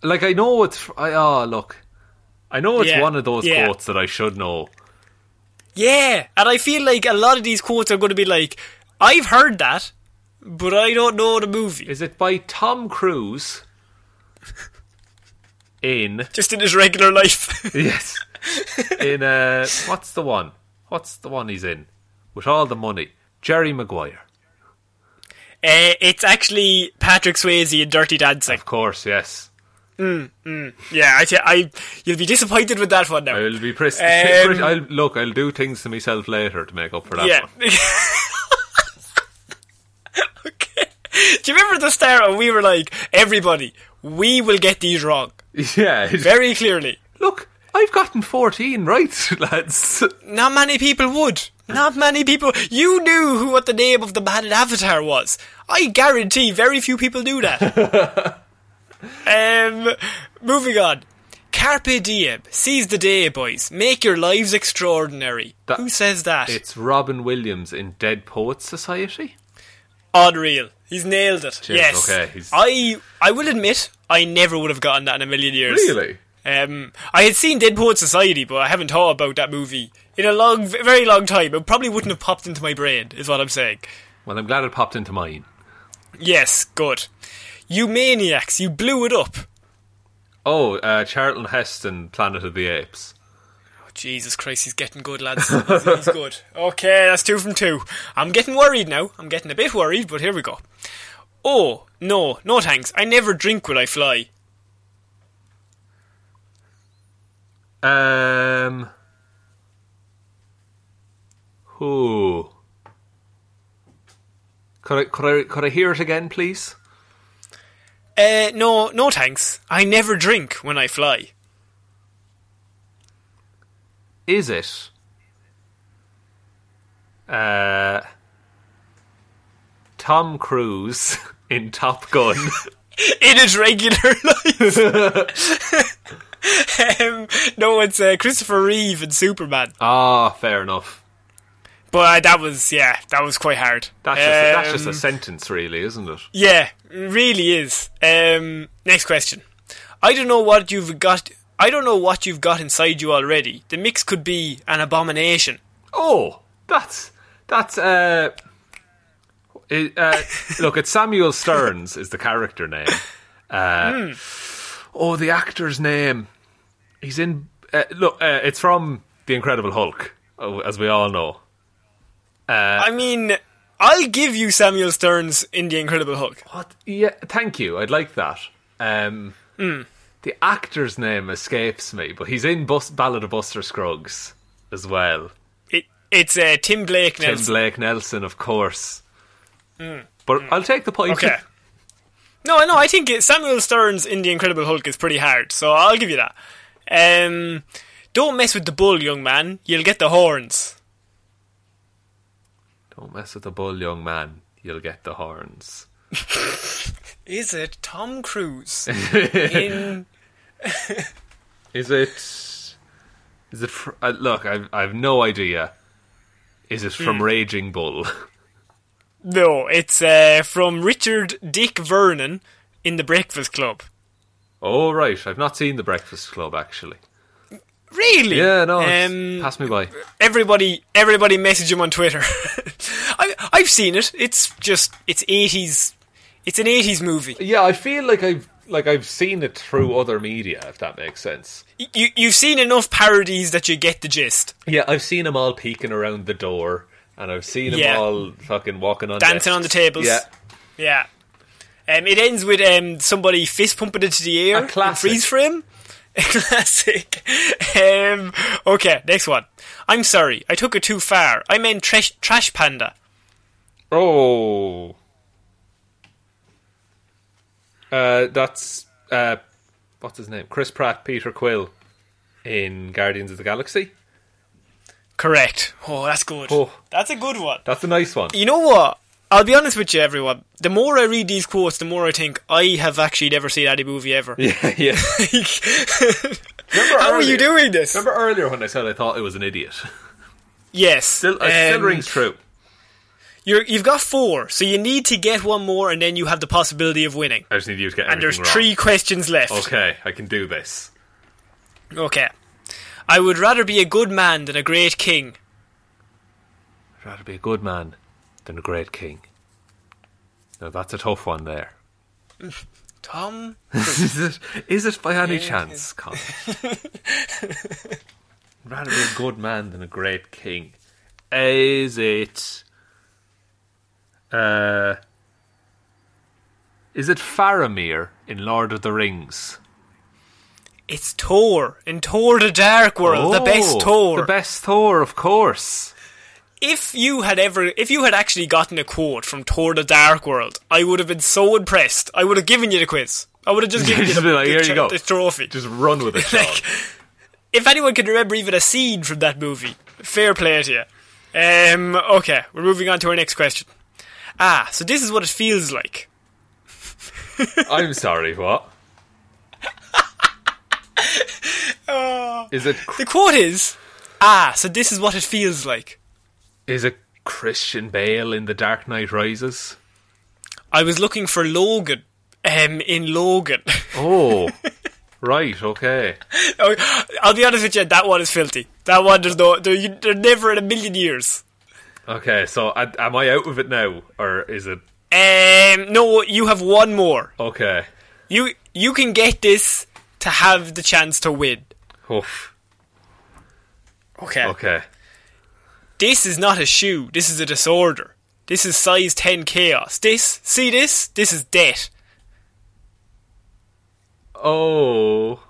Speaker 2: Like I know it's fr- I ah look, I know it's
Speaker 1: Yeah,
Speaker 2: one of those
Speaker 1: yeah.
Speaker 2: quotes that I should know.
Speaker 1: Yeah, and I feel like a lot of these quotes are going to be like, I've heard that, but I don't know the movie.
Speaker 2: Is it by Tom Cruise? In
Speaker 1: Just in his regular life.
Speaker 2: yes, in uh, what's the one? What's the one he's in with all the money? Jerry Maguire,
Speaker 1: uh, it's actually Patrick Swayze in Dirty Dancing.
Speaker 2: of course. Yes,
Speaker 1: Yeah, I, th- I you'll be disappointed with that one now.
Speaker 2: I will be pressed.
Speaker 1: Um,
Speaker 2: I'll, look, I'll do things to myself later to make up for that
Speaker 1: yeah.
Speaker 2: one.
Speaker 1: okay. Do you remember the start when we were like, everybody, we will get these wrong
Speaker 2: Yeah,
Speaker 1: very clearly.
Speaker 2: Look, I've gotten 14 right, lads.
Speaker 1: Not many people would. Not many people. You knew who what the name of the man in Avatar was. I guarantee very few people knew that. um, moving on. Carpe diem. Seize the day, boys. Make your lives extraordinary.
Speaker 2: That-
Speaker 1: who says that?
Speaker 2: It's Robin Williams in Dead Poets Society.
Speaker 1: Unreal. He's nailed it.
Speaker 2: Cheers,
Speaker 1: yes.
Speaker 2: okay, he's-
Speaker 1: I I will admit I never would have gotten that in a million years. Um, I had seen Dead Poet Society, but I haven't thought about that movie in a long, v- very long time. It probably wouldn't have popped into my brain, is what I'm saying.
Speaker 2: Well, I'm glad it popped into mine.
Speaker 1: Yes, good. You maniacs, you blew it up.
Speaker 2: Oh, uh, Charlton Heston, Planet of the Apes.
Speaker 1: Oh, Jesus Christ, he's getting good, lads. He's, he's good. Okay, that's two from two. I'm getting worried now. I'm getting a bit worried, but here we go. Oh, no, no thanks. I never drink when I fly.
Speaker 2: Um. Who? Could I, could, I, could I hear it again, please?
Speaker 1: Uh, no, no thanks. I never drink when I fly.
Speaker 2: Is it? Uh, Tom Cruise in Top Gun.
Speaker 1: in his regular life. um, no, it's uh, Christopher Reeve and Superman.
Speaker 2: Ah, fair enough.
Speaker 1: But uh, that was, yeah, that was quite hard.
Speaker 2: That's just, that's just
Speaker 1: Um,
Speaker 2: a sentence, really, isn't it?
Speaker 1: Yeah, it really is. Um, next question. I don't know what you've got. I don't know what you've got inside you already. The mix could be an abomination.
Speaker 2: Oh, that's that's uh, it, uh look, it's Samuel Stearns is the character name. Uh, Oh, the actor's name. He's in. Uh, look, uh, it's from The Incredible Hulk, oh, as we all know.
Speaker 1: I mean, I'll give you Samuel Stearns in The Incredible Hulk.
Speaker 2: What? Yeah, thank you. I'd like that. Um, The actor's name escapes me, but he's in Bus- Ballad of Buster Scruggs as well.
Speaker 1: It, it's uh, Tim Blake.
Speaker 2: Tim
Speaker 1: Nelson.
Speaker 2: Blake Nelson, of course. But I'll take the point.
Speaker 1: Mm, Okay. No, no, I think it, Samuel Stearns in The Incredible Hulk is pretty hard, so I'll give you that. Um, don't mess with the bull, young man. You'll get the horns.
Speaker 2: Don't mess with the bull, young man. You'll get the horns.
Speaker 1: Is it Tom Cruise? in...
Speaker 2: Is it? Is it? Fr- uh, look, I've I've no idea. Is it
Speaker 1: Hmm.
Speaker 2: from Raging Bull?
Speaker 1: No, it's uh, from Richard Dick Vernon in The Breakfast Club.
Speaker 2: oh right, I've not seen The Breakfast Club actually.
Speaker 1: Really?
Speaker 2: Yeah, no,
Speaker 1: Um,
Speaker 2: it's pass me by.
Speaker 1: everybody everybody message him on Twitter. I, I've seen it. It's just it's eighties. It's an eighties movie.
Speaker 2: Yeah, I feel like I've like I've seen it through other media, if that makes sense.
Speaker 1: You you've seen enough parodies that you get the gist.
Speaker 2: Yeah, I've seen them all peeking around the door, and I've seen them
Speaker 1: Yeah.
Speaker 2: all fucking walking on,
Speaker 1: Dancing on the
Speaker 2: desks.
Speaker 1: tables.
Speaker 2: Yeah,
Speaker 1: Yeah. Um, it ends with um, somebody fist pumping into the air.
Speaker 2: A classic.
Speaker 1: in freeze frame. classic. Um, okay, next one. I'm sorry, I took it too far. I meant trash, trash panda.
Speaker 2: Oh. Uh, that's uh, what's his name? Chris Pratt, Peter Quill, in Guardians of the Galaxy.
Speaker 1: Correct. Oh, that's good.
Speaker 2: Oh.
Speaker 1: That's a good one.
Speaker 2: That's a nice one.
Speaker 1: You know what? I'll be honest with you, everyone. The more I read these quotes, the more I think I have actually never seen any movie ever.
Speaker 2: Yeah, yeah.
Speaker 1: How are you doing this?
Speaker 2: Remember earlier when I said I thought it was an idiot?
Speaker 1: yes.
Speaker 2: Still, it still
Speaker 1: um,
Speaker 2: rings true.
Speaker 1: You're, you've got four, so you need to get one more, and then you have the possibility of winning.
Speaker 2: I just need you to get
Speaker 1: And there's
Speaker 2: everything wrong.
Speaker 1: three questions left.
Speaker 2: Okay, I can do this.
Speaker 1: Okay. I would rather be a good man than a great king.
Speaker 2: I'd rather be a good man than a great king. Now that's a tough one there.
Speaker 1: Tom?
Speaker 2: is it is it by any chance, Colin? Rather be a good man than a great king. Is it? Uh, is it Faramir in Lord of the Rings?
Speaker 1: It's Thor in Thor the Dark World, the best
Speaker 2: Oh,
Speaker 1: Thor.
Speaker 2: The best Thor, of course.
Speaker 1: if you had ever, if you had actually gotten a quote from Thor the Dark World, I would have been so impressed. I would have given you the quiz. I would have just given you
Speaker 2: Just
Speaker 1: the,
Speaker 2: be like,
Speaker 1: the
Speaker 2: here you
Speaker 1: tro-
Speaker 2: go.
Speaker 1: the trophy.
Speaker 2: Just run with it, Sean.
Speaker 1: Like- if anyone can remember even a scene from that movie, fair play to you. Um, okay, we're moving on to our next question. Ah, so this is what it feels like.
Speaker 2: I'm sorry, what?
Speaker 1: Oh.
Speaker 2: Is it
Speaker 1: The quote is, ah, so this is what it feels like.
Speaker 2: is it Christian Bale in The Dark Knight Rises?
Speaker 1: I was looking for Logan. Um, in Logan.
Speaker 2: Oh, right, okay.
Speaker 1: Oh, I'll be honest with you, that one is filthy. That one, there's no, there, you, there never in a million years.
Speaker 2: Okay, so I, am I out of it now, or is it
Speaker 1: Um, no, you have one more.
Speaker 2: okay?
Speaker 1: You, you can get this to have the chance to win.
Speaker 2: Oof.
Speaker 1: Okay.
Speaker 2: Okay.
Speaker 1: This is not a shoe. This is a disorder. This is size 10 chaos. This, see this? This is debt.
Speaker 2: Oh,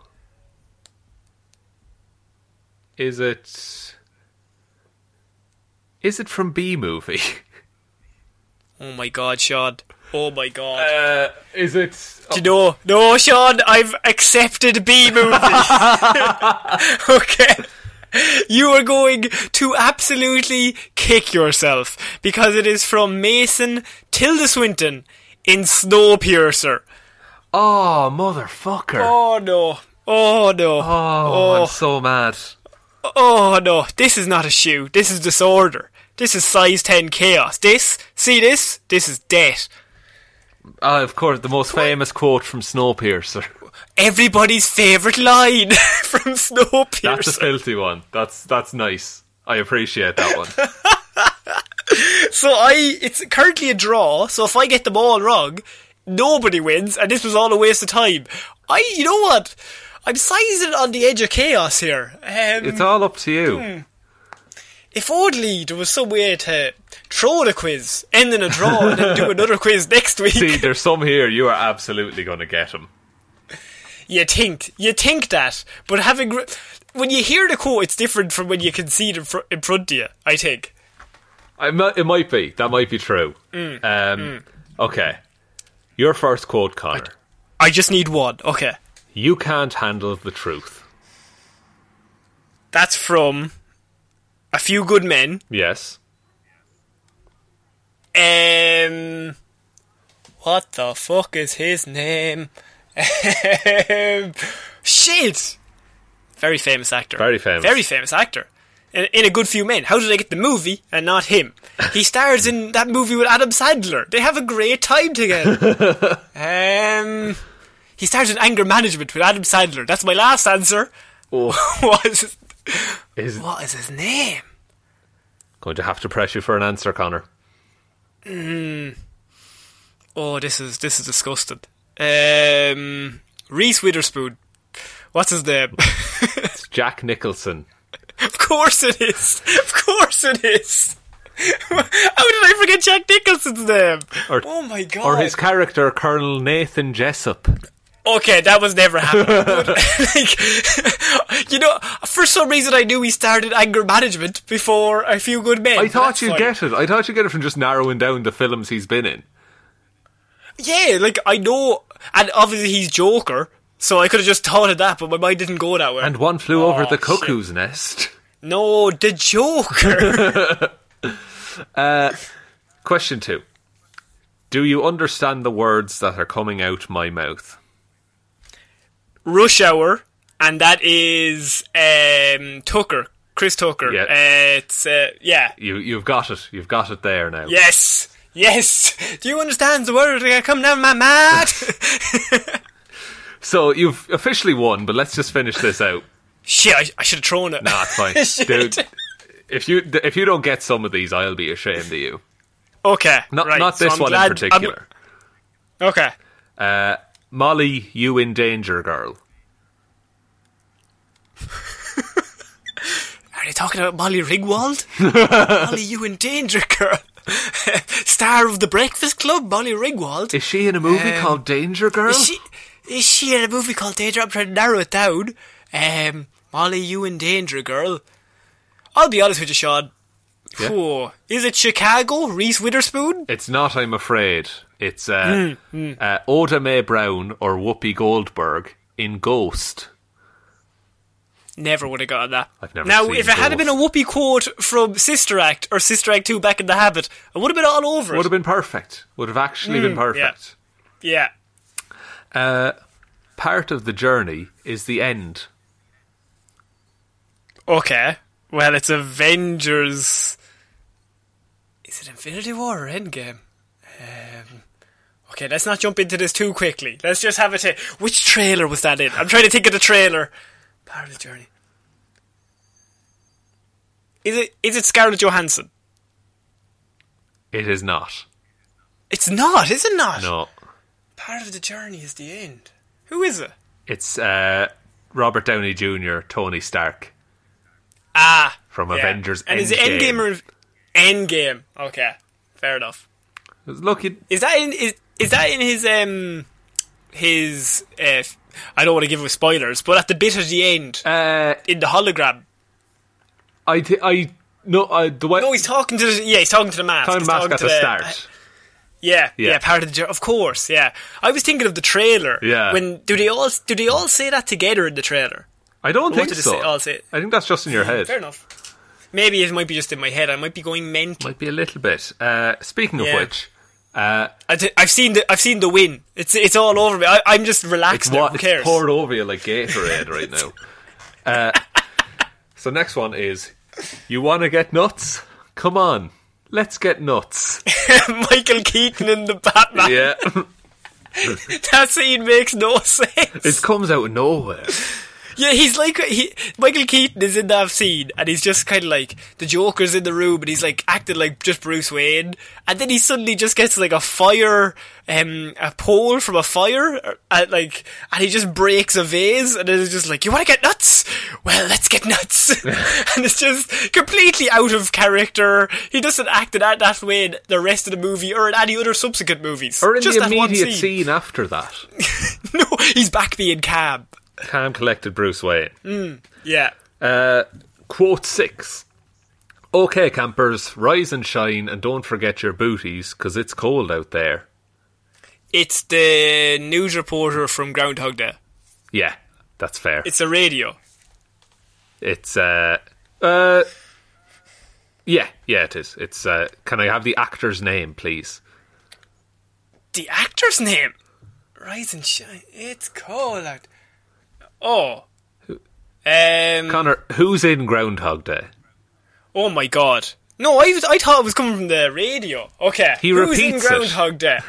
Speaker 2: is it? Is it from B movie?
Speaker 1: Oh my god, Sean. Oh my god.
Speaker 2: Uh, is it?
Speaker 1: Do you know? No, Sean, I've accepted B movie. okay. You are going to absolutely kick yourself because it is from Mason Tilda Swinton in Snowpiercer.
Speaker 2: Oh, motherfucker! Oh,
Speaker 1: Oh no. Oh no.
Speaker 2: I'm so mad.
Speaker 1: Oh no, this is not a shoe. This is disorder. This is size 10 chaos. This, see this? This is debt.
Speaker 2: Ah, of course, the most famous quote from Snowpiercer.
Speaker 1: Everybody's favourite line from Snowpiercer.
Speaker 2: That's a filthy one. That's that's nice. I appreciate that one.
Speaker 1: So I, it's currently a draw. So if I get them all wrong, nobody wins, and this was all a waste of time. I, you know what? I'm sizing on the edge of chaos here. Um,
Speaker 2: It's all up to you.
Speaker 1: if only there was some way to throw the quiz, end in a draw, and then do another quiz next week.
Speaker 2: See, there's some here. You are absolutely going to get them.
Speaker 1: you think, you think that, but having re- when you hear the quote, it's different from when you can see it in, fr- in front of you. I think.
Speaker 2: I mi- it might be. That might be true.
Speaker 1: Mm,
Speaker 2: um, Okay. Your first quote, Connor.
Speaker 1: I just need one. Okay,
Speaker 2: you can't handle the truth.
Speaker 1: that's from a few good men.
Speaker 2: Yes.
Speaker 1: Um, what the fuck is his name? Um, Shit! Very famous actor.
Speaker 2: Very famous.
Speaker 1: Very famous actor. In, in a good few men. How did I get the movie and not him? He stars in that movie with Adam Sandler. They have a great time together. um, he stars in Anger Management with Adam Sandler. That's my last answer.
Speaker 2: Oh.
Speaker 1: what is his,
Speaker 2: Is
Speaker 1: what is his name?
Speaker 2: going to have to press you for an answer, Connor.
Speaker 1: Oh, this is this is disgusting. Um, Reese Witherspoon. What's his name?
Speaker 2: It's Jack Nicholson.
Speaker 1: of course it is. Of course it is. How did I forget Jack Nicholson's name?
Speaker 2: Or-
Speaker 1: oh my god.
Speaker 2: Or his character, Colonel Nathan Jessup.
Speaker 1: Okay, that was never happening. But, like, you know, for some reason I knew he started anger management before A Few Good Men.
Speaker 2: I thought
Speaker 1: That's
Speaker 2: you'd
Speaker 1: fine.
Speaker 2: get it. I thought you'd get it from just narrowing down the films he's been in.
Speaker 1: Yeah, like I know, and obviously he's Joker, so I could have just thought of that, but my mind didn't go that way.
Speaker 2: And one flew over the
Speaker 1: Oh, shit.
Speaker 2: cuckoo's nest.
Speaker 1: no, the Joker.
Speaker 2: Question two. Do you understand the words that are coming out my mouth?
Speaker 1: Rush Hour, and that is um, Tucker, Chris Tucker.
Speaker 2: Yeah.
Speaker 1: Uh, it's uh, yeah,
Speaker 2: You, you've got it. You've got it there now.
Speaker 1: yes, yes. Do you understand the word? I come down my mad.
Speaker 2: So you've officially won, but let's just finish this out.
Speaker 1: Shit, I, I should have thrown it.
Speaker 2: Nah, it's fine, dude. If you if you don't get some of these, I'll be ashamed of you.
Speaker 1: Okay.
Speaker 2: Not
Speaker 1: right,
Speaker 2: not
Speaker 1: so
Speaker 2: this
Speaker 1: I'm
Speaker 2: one
Speaker 1: glad-
Speaker 2: in particular.
Speaker 1: I'm- okay.
Speaker 2: Molly, you in danger, girl.
Speaker 1: Are they talking about Molly Ringwald? Molly, you in danger, girl. Star of the Breakfast Club, Molly Ringwald.
Speaker 2: Is she in a movie called Danger Girl?
Speaker 1: Um, Is she, is she in a movie called Danger? I'm trying to narrow it down. Um, Molly, you in danger, girl. I'll be honest with you, Sean.
Speaker 2: Yeah.
Speaker 1: Whoa. Is it Chicago? Reese Witherspoon?
Speaker 2: It's not. I'm afraid. It's uh,
Speaker 1: Hmm,
Speaker 2: uh, Oda Mae Brown or Whoopi Goldberg in Ghost.
Speaker 1: Never would have gotten that.
Speaker 2: I've never
Speaker 1: now,
Speaker 2: seen
Speaker 1: if it had
Speaker 2: those.
Speaker 1: been a whoopee quote from Sister Act or Sister Act 2 Back in the Habit, I would have been all over
Speaker 2: Would
Speaker 1: it.
Speaker 2: have been perfect. Would have actually
Speaker 1: Hmm,
Speaker 2: been perfect.
Speaker 1: Yeah.
Speaker 2: Part of the journey is the end.
Speaker 1: Okay. Well, it's Avengers. Is it Infinity War or Endgame? Um, okay, let's not jump into this too quickly. Let's just have a t- Which trailer was that in? I'm trying to think of the trailer. Part of the journey. Is it? Is it Scarlett Johansson?
Speaker 2: It is not.
Speaker 1: It's not, is it not?
Speaker 2: No.
Speaker 1: Part of the journey is the end. Who is it?
Speaker 2: It's uh, Robert Downey Jr., Tony Stark
Speaker 1: Ah,
Speaker 2: from
Speaker 1: yeah.
Speaker 2: Avengers
Speaker 1: And
Speaker 2: Endgame.
Speaker 1: is it Endgame or Endgame? Okay, fair enough.
Speaker 2: Look, you,
Speaker 1: Is that in is is that in his um his uh, f- I don't want to give away spoilers, but at the bit at the end
Speaker 2: uh,
Speaker 1: in the hologram.
Speaker 2: I, thi- I, no, I, the way
Speaker 1: No, Oh, he's talking to the, yeah, he's talking to the mask.
Speaker 2: Time
Speaker 1: he's
Speaker 2: Mask
Speaker 1: talking
Speaker 2: at
Speaker 1: to
Speaker 2: the start.
Speaker 1: Yeah,
Speaker 2: Yeah.
Speaker 1: yeah, part of the jour- of course, yeah. I was thinking of the trailer.
Speaker 2: Yeah.
Speaker 1: When do they all do they all say that together in the trailer?
Speaker 2: I don't
Speaker 1: What
Speaker 2: think
Speaker 1: did it
Speaker 2: so.
Speaker 1: say? Oh, it's it. Hmm,
Speaker 2: I think that's just in your head.
Speaker 1: Fair enough. Maybe it might be just in my head. I might be going mental.
Speaker 2: Might be a little bit. Uh, speaking of
Speaker 1: Yeah.
Speaker 2: which,
Speaker 1: I d- I've seen the I've seen the win. It's it's all over me. I, I'm just relaxed.
Speaker 2: it's,
Speaker 1: now.
Speaker 2: what,
Speaker 1: Who
Speaker 2: it's
Speaker 1: cares?
Speaker 2: poured over you like Gatorade right now. Uh, so next one is, you want to get nuts? Come on, let's get nuts.
Speaker 1: Michael Keaton in the Batman.
Speaker 2: yeah,
Speaker 1: That scene makes no sense.
Speaker 2: it comes out of nowhere.
Speaker 1: Yeah, he's like he, Michael Keaton is in that scene, and he's just kind of like the Joker's in the room, and he's like acting like just Bruce Wayne, and then he suddenly just gets like a fire, um, a pole from a fire, or- and like, and he just breaks a vase, and then it's just like, "You want to get nuts? Well, let's get nuts," and it's just completely out of character. He doesn't act in that, that way in the rest of the movie or in any other subsequent movies.
Speaker 2: Or in
Speaker 1: just
Speaker 2: the
Speaker 1: that one
Speaker 2: immediate scene.
Speaker 1: scene.
Speaker 2: after that,
Speaker 1: No, he's back being cab.
Speaker 2: Cam collected Bruce Wayne.
Speaker 1: Yeah.
Speaker 2: Uh, quote six. Okay, campers, rise and shine, and don't forget your booties, 'cause it's cold out there.
Speaker 1: It's the news reporter from Groundhog Day.
Speaker 2: Yeah, that's fair. It's,
Speaker 1: It's a radio.
Speaker 2: uh, uh, yeah, yeah, it is. It's uh, can I have the actor's name, please?
Speaker 1: The actor's name? Rise and shine. It's cold out. Oh. Um.
Speaker 2: Connor, who's in Groundhog Day?
Speaker 1: Oh my god. No, I was, I thought it was coming from the radio. Okay.
Speaker 2: He
Speaker 1: Who's in
Speaker 2: repeats it.
Speaker 1: Groundhog Day?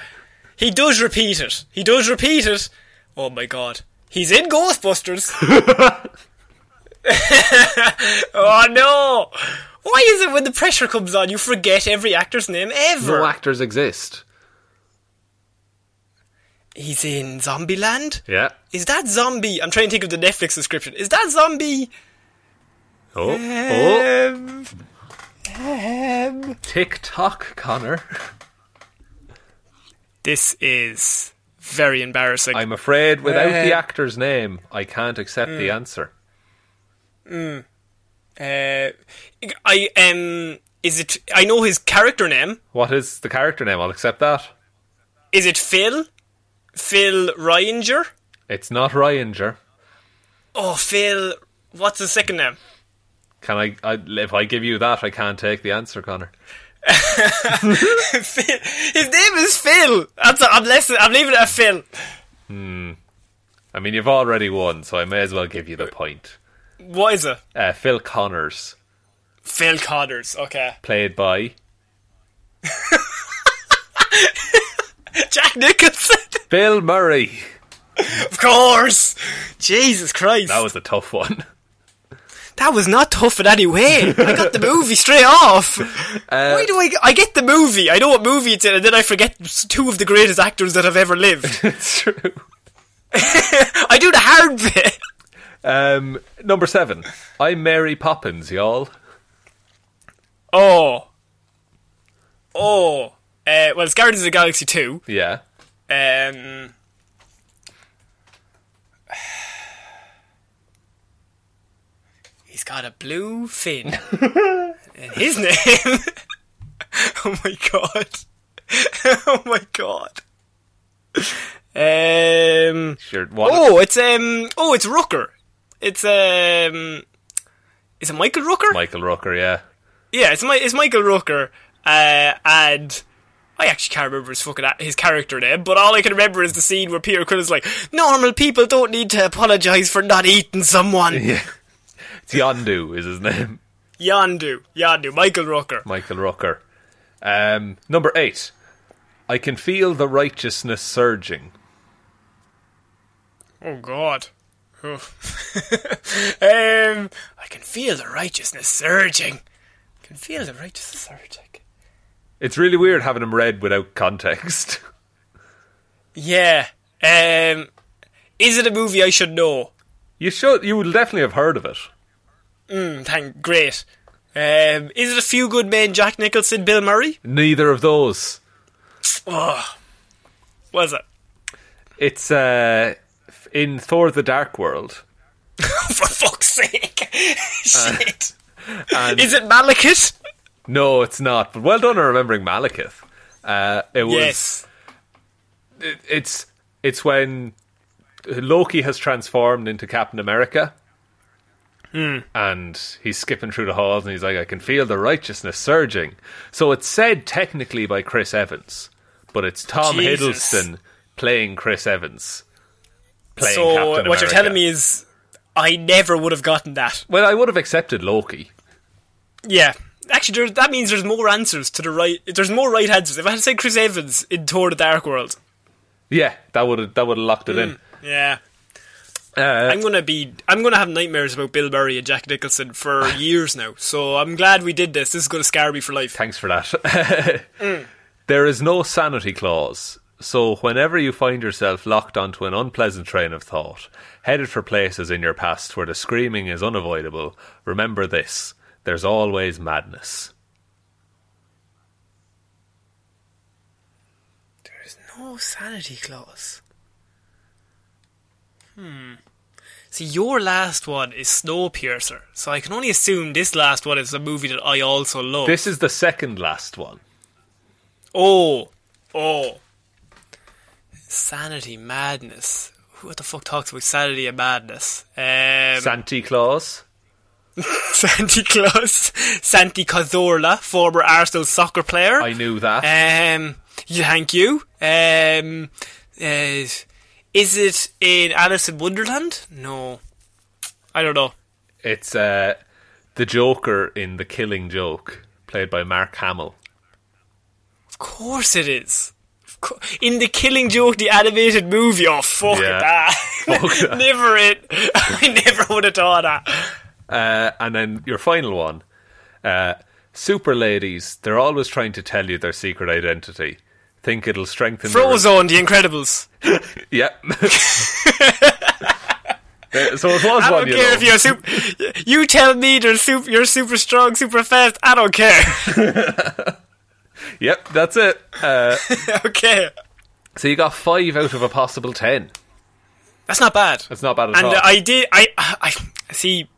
Speaker 1: He does repeat it. He does repeat it. Oh my god. He's in Ghostbusters. oh no. Why is it when the pressure comes on you forget every actor's name ever?
Speaker 2: No actors exist.
Speaker 1: he's in Zombieland.
Speaker 2: Yeah.
Speaker 1: Is that zombie? I'm trying to think of the Netflix description. Is that zombie?
Speaker 2: Oh, oh.
Speaker 1: Um, um,
Speaker 2: TikTok, Connor.
Speaker 1: this is very embarrassing.
Speaker 2: I'm afraid without the
Speaker 1: Uh,
Speaker 2: actor's name, I can't accept the answer.
Speaker 1: Uh, I um, is it? I know his character name.
Speaker 2: What is the character name? I'll accept that.
Speaker 1: Is it Phil? Phil Ryanger?
Speaker 2: It's not Ryanger.
Speaker 1: Oh, Phil. What's his second name?
Speaker 2: Can I, I? If I give you that, I can't take the answer, Connor.
Speaker 1: Phil. His name is Phil. That's I'm less, I'm leaving it at Phil.
Speaker 2: I mean, you've already won, so I may as well give you the point.
Speaker 1: What is it?
Speaker 2: Uh, Phil Connors,
Speaker 1: Phil Connors. Okay.
Speaker 2: played by
Speaker 1: Jack Nicholson.
Speaker 2: Bill Murray.
Speaker 1: of course. Jesus Christ.
Speaker 2: That was a tough one.
Speaker 1: That was not tough in any way. I got the movie straight off. Why do I? Get, I get the movie. I know what movie it's in, and then I forget two of the greatest actors that have ever lived.
Speaker 2: it's true.
Speaker 1: I do the hard bit.
Speaker 2: Um, number seven. I'm Mary Poppins, y'all.
Speaker 1: Oh. Oh. Uh, well, it's Guardians of the Galaxy 2.
Speaker 2: Yeah.
Speaker 1: Um, he's got a blue fin. and his name. oh my god. oh my god. Um,
Speaker 2: Sure. What
Speaker 1: oh, it's um. Oh, it's Rooker. It's um. Is it Michael Rooker?
Speaker 2: Michael Rooker, yeah.
Speaker 1: Yeah, it's my it's Michael Rooker, uh, and I actually can't remember his fucking a- his character name, but all I can remember is the scene where Peter Quill is like, "Normal people don't need to apologize for not eating someone."
Speaker 2: Yeah. It's Yondu is his name.
Speaker 1: Yondu, Yondu, Michael Rooker.
Speaker 2: Michael Rooker. Um, number eight. I can feel the righteousness surging.
Speaker 1: Oh God. um, I can feel the righteousness surging. I can feel the righteousness surging.
Speaker 2: It's really weird having him read without context.
Speaker 1: Yeah. Um, is it a movie I should know?
Speaker 2: You should. You would definitely have heard of it.
Speaker 1: Mm, thank great. Um, is it a few good men? Jack Nicholson, Bill Murray.
Speaker 2: Neither of those.
Speaker 1: Oh, was it?
Speaker 2: It's uh, f- in Thor: The Dark World.
Speaker 1: For fuck's sake! Shit.
Speaker 2: Uh,
Speaker 1: Is it Malekith?
Speaker 2: No, it's not. But well done on remembering Malekith. Uh, it was.
Speaker 1: Yes.
Speaker 2: it- it's it's when Loki has transformed into Captain America.
Speaker 1: Hmm.
Speaker 2: And he's skipping through the halls and he's like, I can feel the righteousness surging. So it's said technically by Chris Evans, but it's Tom
Speaker 1: Jesus.
Speaker 2: Hiddleston playing Chris Evans. Playing
Speaker 1: So
Speaker 2: Captain
Speaker 1: what you're
Speaker 2: America.
Speaker 1: telling me is, I never would have gotten that.
Speaker 2: Well, I would have accepted Loki.
Speaker 1: Yeah. Actually, there, that means there's more answers to the right. There's more right answers. If I had said Chris Evans in Thor: The Dark World,
Speaker 2: Yeah, that would have that would have locked it
Speaker 1: Hmm. yeah,
Speaker 2: in. Uh,
Speaker 1: I'm gonna be. I'm gonna have nightmares about Bill Murray and Jack Nicholson for years now. So I'm glad we did this. This is gonna scar me for life.
Speaker 2: Thanks for that. There is no sanity clause. So, whenever you find yourself locked onto an unpleasant train of thought, headed for places in your past where the screaming is unavoidable, remember this there's always madness.
Speaker 1: There's no sanity clause. Hmm. See, your last one is Snowpiercer, so I can only assume this last one is a movie that I also love.
Speaker 2: This is the second last one.
Speaker 1: oh, oh, sanity madness. What the fuck talks about sanity and madness? Um,
Speaker 2: Santy Claus?
Speaker 1: Santi Claus, Santi Cazorla, former Arsenal soccer player.
Speaker 2: I knew that.
Speaker 1: Um, yeah, thank you. Um, uh, is it in Alice in Wonderland? No, I don't know.
Speaker 2: it's uh, the Joker in The Killing Joke, played by Mark Hamill.
Speaker 1: Of course it is. Of co- In the Killing Joke, the animated movie. Oh fuck
Speaker 2: Yeah.
Speaker 1: that!
Speaker 2: Fuck that.
Speaker 1: never it. I never would have thought that.
Speaker 2: Uh, and then your final one uh, Super ladies, they're always trying to tell you their secret identity. think it'll strengthen. the-
Speaker 1: Frozone, The Incredibles.
Speaker 2: Yeah. Uh, so it was
Speaker 1: I
Speaker 2: one.
Speaker 1: don't
Speaker 2: You
Speaker 1: care
Speaker 2: know.
Speaker 1: if you're super. You tell me they're super, you're super strong, super fast. I don't care.
Speaker 2: Yep, that's it. Uh,
Speaker 1: okay,
Speaker 2: so you got five out of a possible ten.
Speaker 1: that's not bad.
Speaker 2: That's not bad at
Speaker 1: and
Speaker 2: all.
Speaker 1: uh, I did. I, I I see.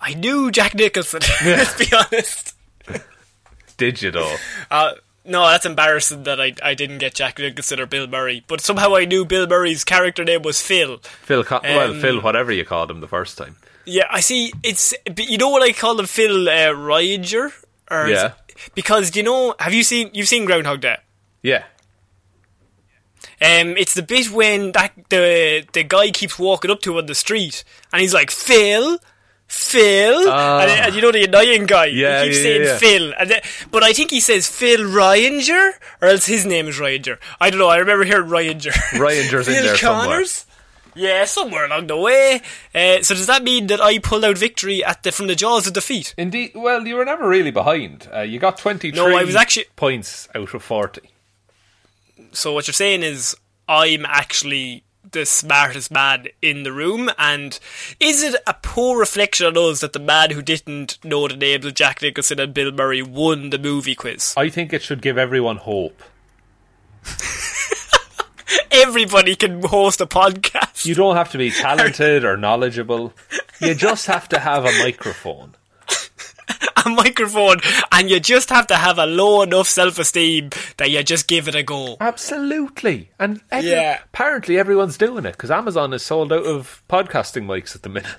Speaker 1: I knew Jack Nicholson. let's be honest.
Speaker 2: Did you though?
Speaker 1: Uh, no, that's embarrassing that I, I didn't get Jack Nicholson or Bill Murray. But somehow I knew Bill Murray's character name was Phil.
Speaker 2: Phil, Co- well,
Speaker 1: Um,
Speaker 2: Phil, whatever you called him the first time.
Speaker 1: Yeah, I see. It's but you know what I call him, Phil uh, Ryger, or is-
Speaker 2: Yeah.
Speaker 1: because you know, have you seen you've seen Groundhog Day?
Speaker 2: Yeah.
Speaker 1: Um, it's the bit when that the the guy keeps walking up to him on the street, and he's like Phil, Phil, and, then- and you know the annoying guy.
Speaker 2: Ah. Yeah,
Speaker 1: he keeps
Speaker 2: yeah,
Speaker 1: saying
Speaker 2: yeah.
Speaker 1: Phil, and then, but I think he says Phil Ryanger, or else his name is Ryanger. I don't know. I remember hearing Ryanger.
Speaker 2: Ryanger's in
Speaker 1: Phil
Speaker 2: there
Speaker 1: Connors. Yeah, somewhere along the way. Uh, so does that mean that I pulled out victory at the from the jaws of defeat?
Speaker 2: somewhere. Indeed. Well, you were never really behind. Uh, you got twenty.
Speaker 1: No, I was actually-
Speaker 2: points out of forty.
Speaker 1: So what you're saying is I'm actually the smartest man in the room, and is it a poor reflection on us that the man who didn't know the names of Jack Nicholson and Bill Murray won the movie quiz?
Speaker 2: I think it should give everyone hope.
Speaker 1: Everybody can host a podcast.
Speaker 2: You don't have to be talented or knowledgeable. You just have to have a microphone.
Speaker 1: a microphone, and you just have to have a low enough self-esteem that you just give it a go.
Speaker 2: Absolutely. And every-
Speaker 1: Yeah.
Speaker 2: apparently everyone's doing it because Amazon is sold out of podcasting mics at the minute.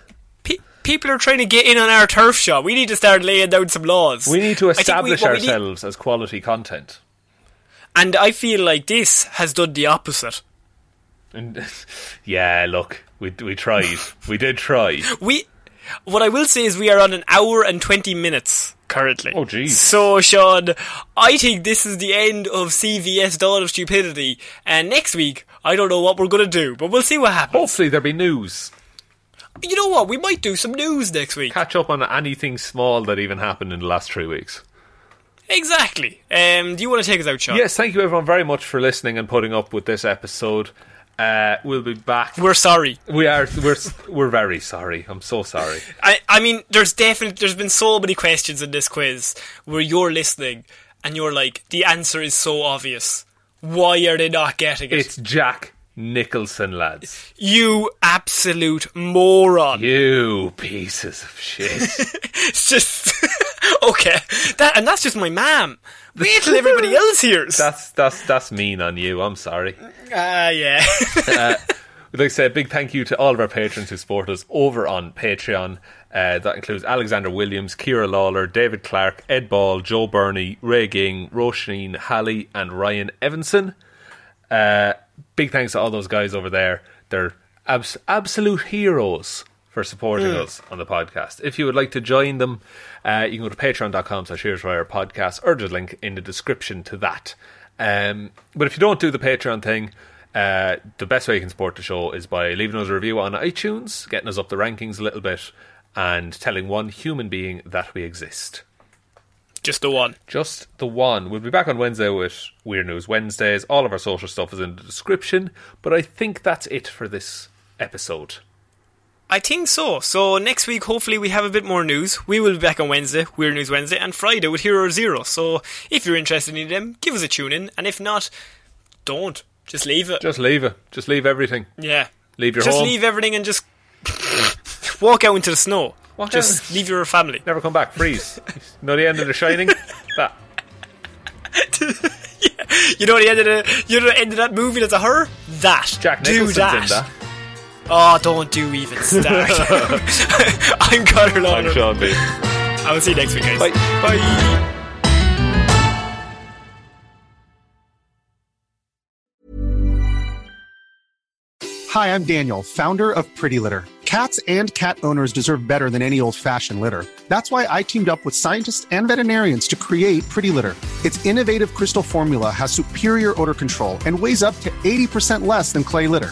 Speaker 1: Pe- people are trying to get in on our turf shot. We need to start laying down some laws.
Speaker 2: We need to
Speaker 1: I think we-
Speaker 2: establish
Speaker 1: what we need-
Speaker 2: ourselves as quality content.
Speaker 1: and I feel like this has done the opposite.
Speaker 2: And yeah, look, we we tried. we did try.
Speaker 1: We, what I will say is, we are on an hour and twenty minutes currently.
Speaker 2: Oh, jeez.
Speaker 1: So, Sean, I think this is the end of CVS Dawn of Stupidity, and next week I don't know what we're gonna do, but we'll see what happens.
Speaker 2: Hopefully there'll be news. Oh.
Speaker 1: You know what? We might do some news next week.
Speaker 2: Catch up on anything small that even happened in the last three weeks.
Speaker 1: Exactly. Um, do you want to take us out, Sean?
Speaker 2: Yes, thank you everyone very much for listening and putting up with this episode. Uh, we'll be back.
Speaker 1: We're sorry.
Speaker 2: We are we're we're very sorry. I'm so sorry.
Speaker 1: I, I mean, there's definitely there's been so many questions in this quiz where you're listening and you're like, the answer is so obvious. Why are they not getting it?
Speaker 2: It's Jack Nicholson, lads.
Speaker 1: you absolute moron.
Speaker 2: You pieces of shit.
Speaker 1: It's just okay. That and that's just my mam. Wait till everybody else hears.
Speaker 2: That's that's that's mean on you. I'm sorry.
Speaker 1: Ah, yeah.
Speaker 2: We'd like to say a big thank you to all of our patrons who support us over on Patreon. Uh, that includes Alexander Williams, Kira Lawler, David Clark, Ed Ball, Joe Burney, Ray Ging, Roisin Halley, and Ryan Evanson. Uh, big thanks to all those guys over there. They're abs- absolute heroes for supporting us on the podcast. If you would like to join them, uh, you can go to patreon.com slash here's where our podcast or the link in the description to that. Um, but if you don't do the Patreon thing, uh, the best way you can support the show is by leaving us a review on iTunes, getting us up the rankings a little bit, and telling one human being that we exist.
Speaker 1: just the one.
Speaker 2: Just the one. We'll be back on Wednesday with Weird News Wednesdays. All of our social stuff is in the description, but I think that's it for this episode.
Speaker 1: I think so. So next week, hopefully, we have a bit more news. We will be back on Wednesday, Weird News Wednesday, and Friday with Hero Zero. So if you're interested in them, give us a tune in, and if not, don't. Just leave it.
Speaker 2: Just leave it. Just leave everything.
Speaker 1: yeah.
Speaker 2: Leave your
Speaker 1: just
Speaker 2: home.
Speaker 1: leave everything and just walk out into the snow.
Speaker 2: Walk
Speaker 1: just
Speaker 2: out.
Speaker 1: leave your family.
Speaker 2: Never come back. Freeze. you know the end of The Shining? That.
Speaker 1: You know the end of the you know the end of that movie that's a horror? That.
Speaker 2: Jack
Speaker 1: Do
Speaker 2: Nicholson's
Speaker 1: that.
Speaker 2: in that.
Speaker 1: Oh, don't do even start. I'm Connor
Speaker 2: I'm
Speaker 1: Lawler.
Speaker 2: Sean B.
Speaker 1: I will see you next week, guys.
Speaker 2: Bye. Bye.
Speaker 3: Hi, I'm Daniel, founder of Pretty Litter. Cats and cat owners deserve better than any old fashioned litter. That's why I teamed up with scientists and veterinarians to create Pretty Litter. Its innovative crystal formula has superior odor control and weighs up to 80% less than clay litter.